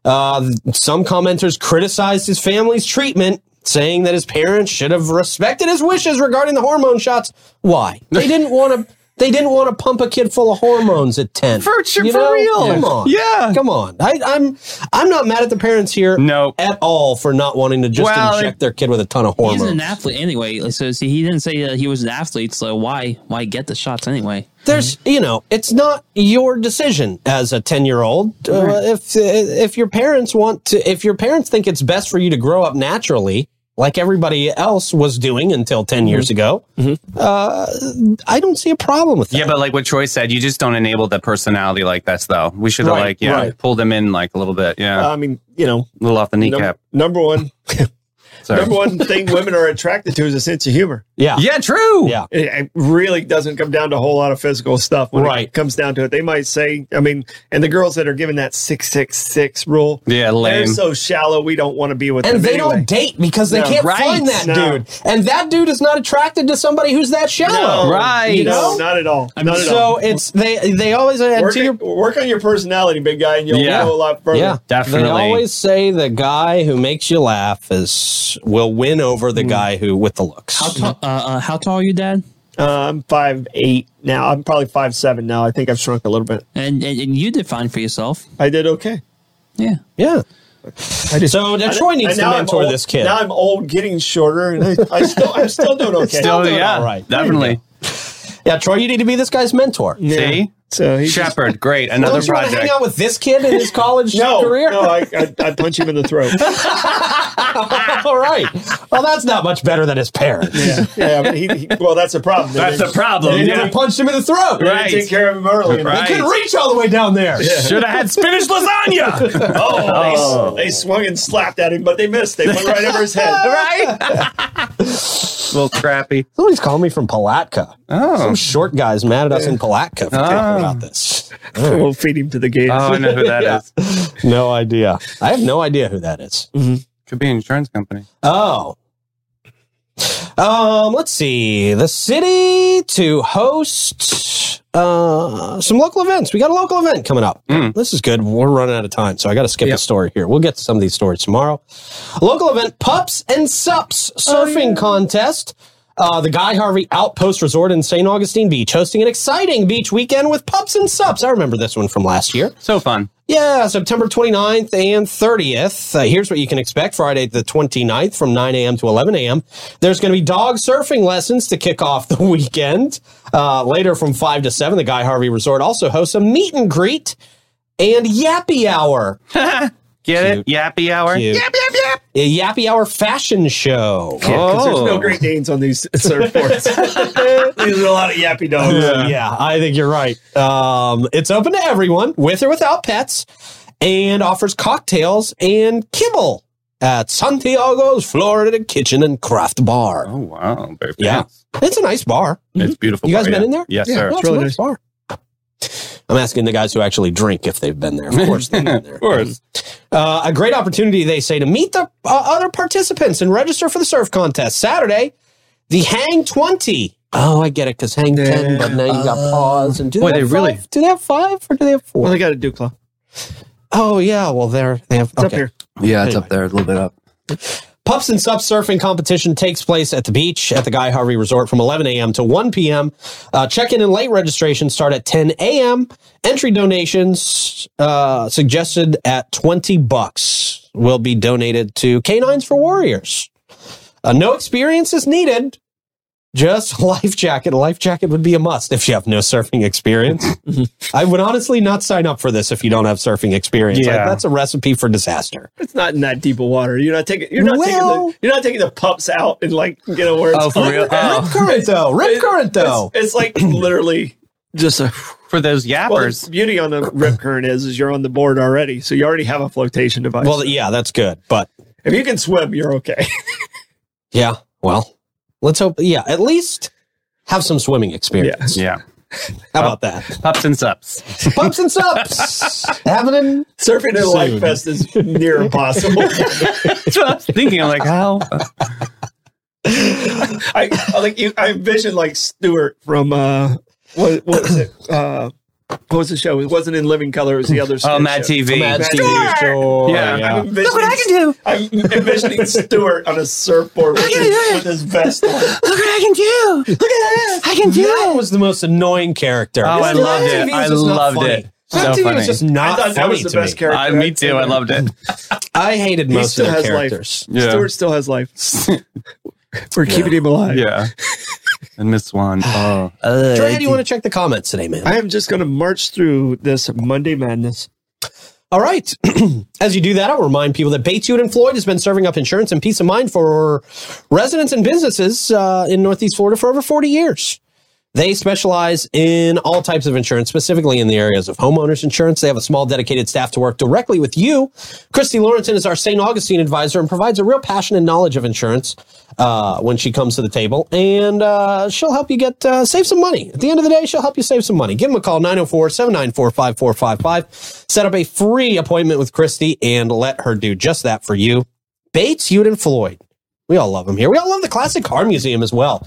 S1: Uh, some commenters criticized his family's treatment, saying that his parents should have respected his wishes regarding the hormone shots. Why? They didn't want to. They didn't want to pump a kid full of hormones at ten.
S2: For sure- for real.
S1: Come on.
S2: Yeah.
S1: Come on. I, I'm I'm not mad at the parents here.
S2: No.
S1: At all for not wanting to just
S2: Well,
S1: inject
S2: it-
S1: their kid with a ton of
S4: He's
S1: hormones.
S4: an athlete anyway. Like, So see, he didn't say that he was an athlete. So why why get the shots anyway?
S1: there's you know it's not your decision as a 10 year old uh, if if your parents want to if your parents think it's best for you to grow up naturally like everybody else was doing until 10
S3: Mm-hmm.
S1: years ago uh, i don't see a problem with that
S2: Yeah, but like what Troy said, you just don't enable the personality like this, though. We should have
S1: Right,
S2: like, yeah,
S1: right. Uh,
S2: pulled them in like a little bit, yeah,
S3: I mean, you know,
S2: a little off the
S3: num-
S2: kneecap.
S3: number one,
S2: Sorry.
S3: number one thing women are attracted to is a sense of humor.
S1: yeah
S2: Yeah, true.
S1: Yeah.
S3: it, it really doesn't come down to a whole lot of physical stuff when
S1: Right.
S3: it comes down to it. They might say, I mean, and the girls that are given that six six six rule,
S2: Yeah,
S3: they're
S2: lame.
S3: so shallow. We don't want to be with
S1: and
S3: them.
S1: they
S3: anyway.
S1: don't date because they
S3: No.
S1: can't
S2: Right.
S1: find that
S3: No.
S1: dude and that dude is not attracted to somebody who's that shallow
S3: No,
S2: Right.
S1: you know
S3: no, not at all.
S4: I mean,
S3: not at
S1: so
S3: all.
S1: it's they they always and
S3: Work,
S1: to your
S3: work on your personality, big guy, and you'll
S2: Yeah.
S3: go a lot further.
S1: Yeah,
S2: Definitely.
S1: They always say the guy who makes you laugh is will win over
S3: Hmm.
S1: the guy who with the looks.
S4: How tall? Uh, uh, how tall are you, Dad?
S3: Uh, I'm five eight now. I'm probably five seven now. I think I've shrunk a little bit.
S4: And and, and you define for yourself.
S3: I did okay.
S4: Yeah.
S1: Yeah.
S3: I just,
S1: So Detroit
S3: and
S1: needs to
S3: now I'm
S1: mentor
S3: old-
S1: this kid.
S3: Now I'm old, getting shorter, and I, I still, I'm still doing okay.
S2: Still, yeah,
S1: all right.
S2: definitely.
S1: Yeah, Troy, you need to be this guy's mentor.
S3: Yeah.
S2: See?
S3: So he just-
S2: Shepherd, great. Another
S1: Don't you want to hang
S2: project.
S1: out with this kid in his college
S3: no,
S1: career?
S3: no, I, I, I punch him in the throat.
S1: all right. Well, that's not much better than his parents.
S3: Yeah, yeah. But he, he, well, that's a problem.
S2: That's
S3: They-
S2: the problem.
S1: They
S2: Yeah.
S1: never punched him in the throat.
S3: They
S2: Right.
S3: take care of him early.
S1: They
S2: Right.
S1: couldn't reach all the way down there.
S2: Should have had spinach lasagna.
S3: Oh, They, they swung and slapped at him, but they missed. They went right over his head.
S2: right? little crappy.
S1: Somebody's calling me from Palatka.
S2: Oh.
S1: Some short guy's mad at us in Palatka. for taking
S3: Oh.
S1: talk about this.
S3: We'll feed him to the game.
S1: Uh,
S2: Oh, I know who that is.
S1: Yeah. No idea. I have no idea who that is.
S2: Could be an insurance company.
S1: Oh. Um, let's see. The city to host uh some local events. We got a local event coming up.
S2: Mm.
S1: This is good. We're running out of time, so I gotta skip
S5: Yeah.
S1: the story here. We'll get to some of these stories tomorrow. Local event Pups and Sups Surfing Contest. Uh, the Guy Harvey Outpost Resort in St. Augustine Beach hosting an exciting beach weekend with pups and sups. I remember this one from last year.
S2: So fun.
S1: Yeah, September 29th and 30th. Uh, here's what you can expect Friday the 29th from 9 a.m. to 11 a.m. There's going to be dog surfing lessons to kick off the weekend. Uh, later from 5 to 7, the Guy Harvey Resort also hosts a meet and greet and yappy hour.
S2: Get it? Yappy hour.
S1: Cute.
S2: Yap, yap, yap.
S1: A yappy hour fashion show.
S3: Yeah, 'cause there's
S2: Oh.
S3: no Great Danes on these surfboards. these are a lot of yappy dogs.
S1: yeah. I think you're right. Um, it's open to everyone, with or without pets, and offers cocktails and kibble at Santiago's Florida Kitchen and Craft Bar.
S2: Oh wow, very
S1: Yeah.
S2: fancy.
S1: It's a nice bar.
S2: It's beautiful.
S1: You guys been
S2: bar, Oh, yeah.
S1: in there?
S2: Yes,
S1: Yeah,
S2: sir.
S1: no, it's a
S3: really
S1: nice bar. I'm asking the guys who actually drink if they've been there. Of course they've been there.
S2: Of course.
S1: Uh, a great opportunity, they say, to meet the uh, other participants and register for the surf contest. Saturday, the Hang 20. Oh, I get it, because Hang 10, but now you got pause. And do
S2: Boy,
S1: they,
S2: they
S1: have
S2: really-
S1: five? Do they have five or do they have four?
S3: Well, they got a Dukla.
S1: oh, yeah. Well, they're, they have.
S3: It's up
S1: okay.
S3: here.
S2: Yeah, it's up there a little bit up.
S1: Pups and Sups surfing competition takes place at the beach at the Guy Harvey Resort from 11 a.m. to 1 p.m. Uh, check-in and late registration start at 10 a.m. Entry donations uh, suggested at 20 bucks will be donated to Canines for Warriors. Uh, no experience is needed. Just life jacket. A life jacket would be a must if you have no surfing experience. I would honestly not sign up for this if you don't have surfing experience. Like,
S2: Yeah.
S1: that's a recipe for disaster.
S3: It's not in that deep of water. You're not taking. You're not
S1: Well-
S3: taking. The, you're not taking the pups out and like get a word.
S2: Oh, for real?
S1: Rip
S2: Oh,
S1: current though. Rip current though.
S3: It's like literally just a.
S2: Oh, for those
S3: Well,
S2: yappers.
S3: the beauty on the rip current is is you're on the board already, so you already have a flotation device.
S1: Well, yeah, that's good. But
S3: if you can swim, you're okay.
S1: yeah, well, let's hope. Yeah, at least have some swimming experience.
S2: yeah.
S1: How about that?
S2: Pups and sups.
S1: Pumps and sups happening.
S3: Surfing at a
S1: Soon.
S3: life fest is near impossible.
S2: That's what I was thinking. I'm like, how?
S3: I, I like you. I envision like Stewart from uh, what, what was it? Uh, what was the show? It wasn't in Living Color. It was the other.
S2: Oh,
S3: sketch
S2: Mad
S3: show.
S2: TV.
S1: Mad
S3: Mad
S1: TV show.
S2: Yeah.
S1: yeah.
S3: I'm envisioning, Look what I can do. I'm envisioning Stewart on a surfboard with, his, with his vest on.
S1: I can do that. Was the most annoying character.
S2: Oh, I
S1: It's
S2: loved
S1: not-
S2: it.
S1: TV
S2: I
S1: was just not
S2: loved
S1: funny.
S2: it.
S1: Mad
S2: So
S1: TV
S2: funny.
S1: was just
S3: I
S1: not
S3: thought that
S1: funny
S3: was the
S1: to
S3: best
S1: me.
S3: character.
S2: I,
S3: I've
S2: me too.
S3: seen.
S2: I loved it.
S1: I hated
S3: He
S1: most of
S3: still
S1: their
S3: has
S1: characters.
S3: life.
S2: Yeah.
S3: Stewart still has life. We're keeping him alive.
S2: Yeah. And Miss Swan. Oh.
S1: Dre, how do you want to check the comments today, man?
S3: I am just going to march through this Monday madness.
S1: All right. As you do that, I'll remind people that Bates, Hewitt, and Floyd has been serving up insurance and peace of mind for residents and businesses uh, in Northeast Florida for over 40 years. They specialize in all types of insurance, specifically in the areas of homeowners insurance. They have a small dedicated staff to work directly with you. Christy Lawrenson is our St. Augustine advisor and provides a real passion and knowledge of insurance uh, when she comes to the table. And uh, she'll help you get uh, save some money. At the end of the day, she'll help you save some money. Give them a call 904 794 5455. Set up a free appointment with Christy and let her do just that for you. Bates, Hewitt, and Floyd. We all love them here. We all love the Classic Car Museum as well.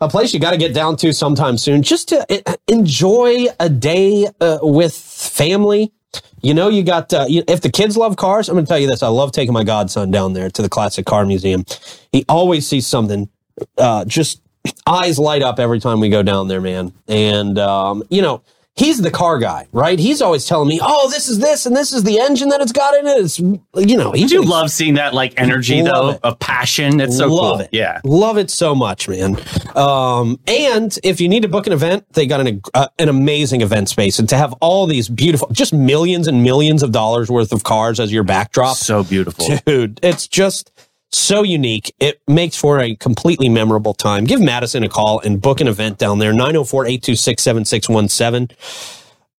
S1: A place you got to get down to sometime soon just to uh, enjoy a day uh, with family. You know, you got, uh, you, if the kids love cars, I'm going to tell you this. I love taking my godson down there to the Classic Car Museum. He always sees something, uh, just eyes light up every time we go down there, man. And, um, you know, he's the car guy, right? He's always telling me, oh, this is this, and this is the engine that it's got in it. It's, you know, he
S2: Do you love seeing that like energy
S1: Love
S2: though?
S1: it.
S2: A passion. It's so
S1: love
S2: cool.
S1: it.
S2: Yeah.
S1: love it so much, man. Um, and if you need to book an event, they got an uh, an amazing event space, and to have all these beautiful, just millions and millions of dollars worth of cars as your backdrop,
S2: So beautiful.
S1: dude, it's just so unique. It makes for a completely memorable time. oh Give Madison a call and book an event down there 904 826 7617.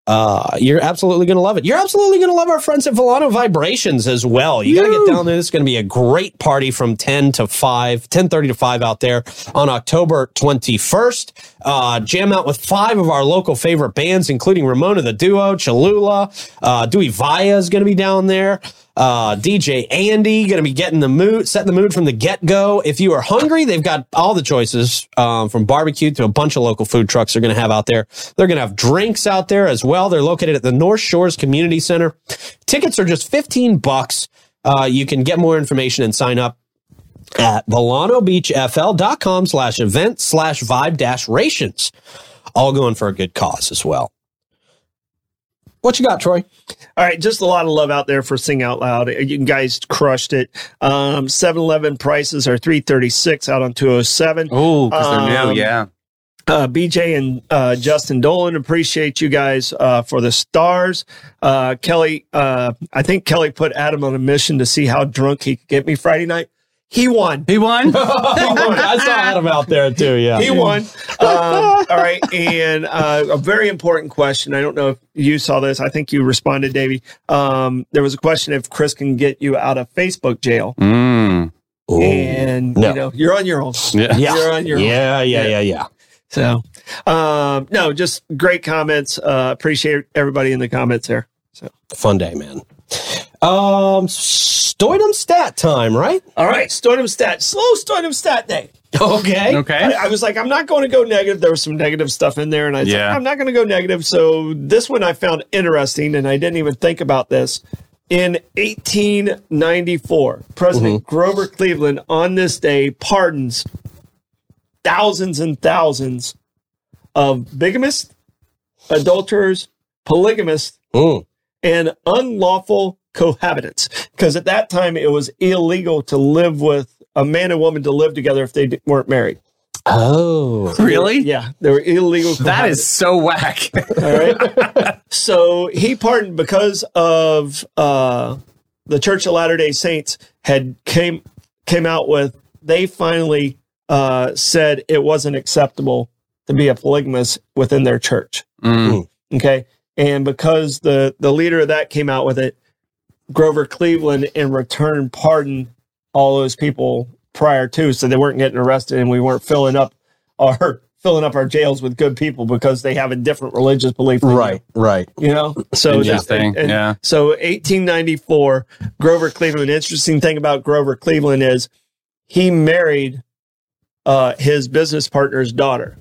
S1: Uh, you're absolutely going to love it. You're absolutely going to love our friends at Volano Vibrations as well. You got to get down there. This is going to be a great party from 10 to 5, 10.30 to 5 out there on October 21st. Uh, jam out with five of our local favorite bands, including Ramona the Duo, Cholula, uh, Dewey Vaya is going to be down there. Uh, DJ Andy going to be getting the mood, setting the mood from the get go. If you are hungry, they've got all the choices um, from barbecue to a bunch of local food trucks they're going to have out there. They're going to have drinks out there as well. They're located at the North Shores Community Center. Tickets are just 15 bucks. Uh, you can get more information and sign up at volanobeachfl.com slash event slash vibe dash rations. All going for a good cause as well. What you got, Troy?
S3: All right, just a lot of love out there for Sing Out Loud. You guys crushed it. Um, 7-Eleven prices are 336 out on 207.
S2: Oh, because they're new.
S3: Um,
S2: Yeah.
S3: Uh, BJ and uh, Justin Dolan, appreciate you guys uh, for the stars. Uh, Kelly, uh, I think Kelly put Adam on a mission to see how drunk he could get me Friday night. He won.
S2: He won.
S1: I saw Adam out there too. Yeah,
S3: He won. Um, all right. And uh, a very important question. I don't know if you saw this. I think you responded, Davey. Um, there was a question if Chris can get you out of Facebook jail.
S2: Mm.
S3: And,
S1: No.
S3: you know, you're on your own.
S2: Yeah.
S1: Yeah.
S3: You're on your own.
S1: yeah, yeah, yeah, yeah.
S3: So, um, no, just great comments. Uh, appreciate everybody in the comments there.
S1: Fun day, man. Um, Stoidum stat time, right?
S3: All right, Stoidum stat, slow Stoidum stat day.
S1: Okay.
S2: Okay.
S3: I, I was like, I'm not going to go negative. There was some negative stuff in there, and I was
S2: Yeah.
S3: like, I'm not going to go negative. So this one I found interesting, and I didn't even think about this. In 1894, President
S2: Mm-hmm.
S3: Grover Cleveland on this day pardons thousands and thousands of bigamists, adulterers, polygamists,
S1: Mm.
S3: and unlawful cohabitants because at that time it was illegal to live with a man and woman to live together if they d- weren't married.
S1: Oh,
S2: Really?
S3: Yeah, they were illegal.
S2: That is so whack.
S3: cohabitants, all right. so he pardoned because of uh, the Church of Latter Day Saints had came came out with they finally uh, said it wasn't acceptable to be a polygamist within their church.
S2: Mm.
S3: Okay. And because the the leader of that came out with it, Grover Cleveland in return pardoned all those people prior to, so they weren't getting arrested and we weren't filling up our filling up our jails with good people because they have a different religious belief. than
S1: right, right.
S3: You you know? So
S2: Interesting.
S3: and- and-
S2: yeah.
S3: so 1894, Grover Cleveland. Interesting thing about Grover Cleveland is he married uh, his business partner's daughter.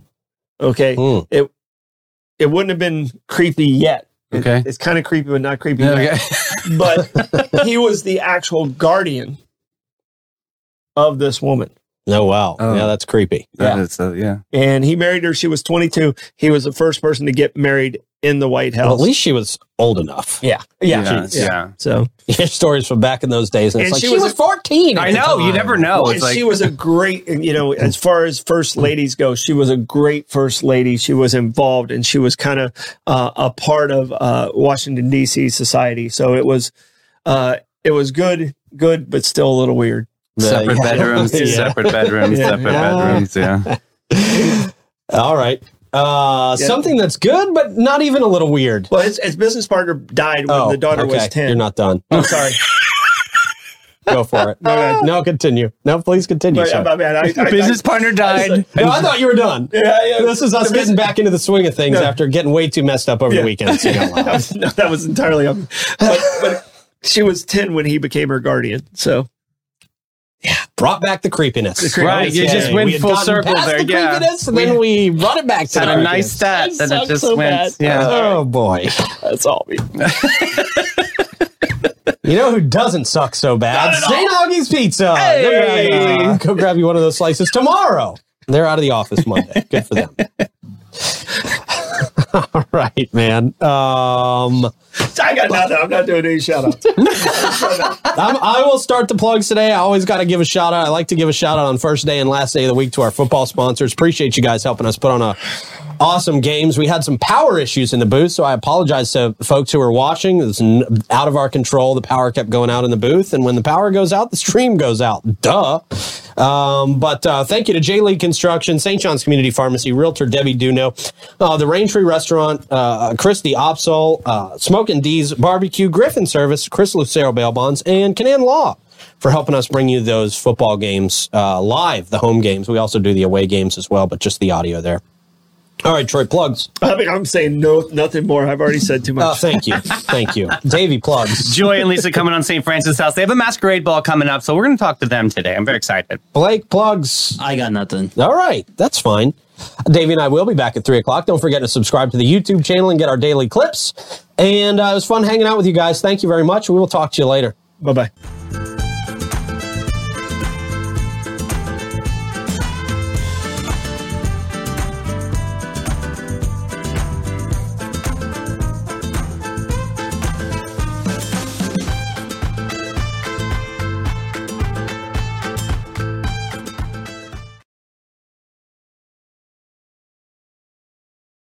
S3: Okay,
S1: Mm.
S3: it it wouldn't have been creepy yet. It-
S2: Okay.
S3: it's kind of creepy, but not creepy. yet.
S2: Okay.
S3: But he was the actual guardian of this woman,
S1: No, wow.
S2: Oh.
S1: Yeah, that's creepy.
S2: That is, uh, yeah.
S3: and he married her. She was 22. He was the first person to get married in the White
S1: Well, at
S3: House.
S1: least she was old enough.
S3: yeah, yeah,
S2: Yeah.
S3: yeah.
S2: yeah.
S3: So
S1: Your stories from back in those days, and, it's
S3: And
S1: like she,
S3: she
S1: was,
S3: was-
S1: 14. at
S2: I
S1: the
S2: know. You
S1: time.
S2: never know.
S3: Well,
S2: Oh, It's like
S3: she was a great, you know, as far as first ladies go, she was a great first lady. She was involved and she was kind of uh, a part of uh, Washington D.C. society. So it was, uh, it was good, good, but still a little weird.
S1: The-
S2: separate
S1: yeah.
S2: bedrooms.
S1: Yeah.
S2: Separate bedrooms.
S3: Yeah.
S2: Separate
S1: Yeah.
S2: bedrooms. Yeah.
S1: All right. Uh,
S3: Yeah.
S1: Something that's good, but not even a little weird.
S3: Well, his, his business partner died when
S1: oh,
S3: the daughter was
S1: okay.
S3: 10.
S1: You're not done.
S3: I'm sorry.
S1: Go for it.
S3: Okay.
S1: no, continue. No, please continue.
S3: But,
S1: sir.
S3: uh, man, I, I,
S2: Business partner died.
S1: no, I thought you were done.
S3: I, yeah, yeah.
S1: This is us getting back into the swing of things
S3: No.
S1: after getting way too messed up over the
S3: Yeah.
S1: weekend. So you uh, got loud.
S3: no, that was entirely up. But, but she was 10 when he became her guardian. So
S1: Brought back the creepiness.
S3: The creep-
S2: Right, you just went
S1: We had
S2: full
S1: gotten
S2: circle
S1: past
S2: there,
S1: The
S2: yeah.
S1: creepiness, and then we run it back to
S2: Had
S1: the
S2: a nice
S1: creepiness.
S2: stat that it
S3: sucked
S2: just
S3: so
S2: went.
S3: bad.
S2: Yeah.
S1: Oh boy!
S3: that's all we.
S1: You know who doesn't suck so bad? St. Augie's Pizza. They're out of- uh, go grab you one of those slices tomorrow. They're out of the office Monday. Good for them. All right, man. Um,
S3: I got nothing. I'm not doing any shout outs.
S1: I'm, I will start the plugs today. I always got to give a shout out. I like to give a shout out on first day and last day of the week to our football sponsors. Appreciate you guys helping us put on a awesome games. We had some power issues in the booth, so I apologize to folks who are watching. It's n- out of our control. The power kept going out in the booth, and when the power goes out, the stream goes out. Duh. Um, but uh, thank you to J League Construction, St. John's Community Pharmacy, Realtor Debbie Duno, uh, the Rain Tree Restaurant, uh, Christy Opsol, uh, Smoke and D's Barbecue, Griffin Service, Chris Lucero Bail Bonds, and Canan Law for helping us bring you those football games uh, live, the home games. We also do the away games as well, but just the audio there. All right, Troy, plugs.
S3: I mean, I'm saying no, nothing more. I've already said too
S1: Uh,
S3: much.
S1: thank you. Thank you. Davey plugs.
S2: Joy and Lisa coming on St. Francis House. They have a masquerade ball coming up, so we're going to talk to them today. I'm very excited.
S1: Blake plugs.
S4: I got nothing.
S1: All right, that's fine. Davey and I will be back at three o'clock. Don't forget to subscribe to the YouTube channel and get our daily clips. And uh, it was fun hanging out with you guys. Thank you very much. We will talk to you later.
S3: Bye bye.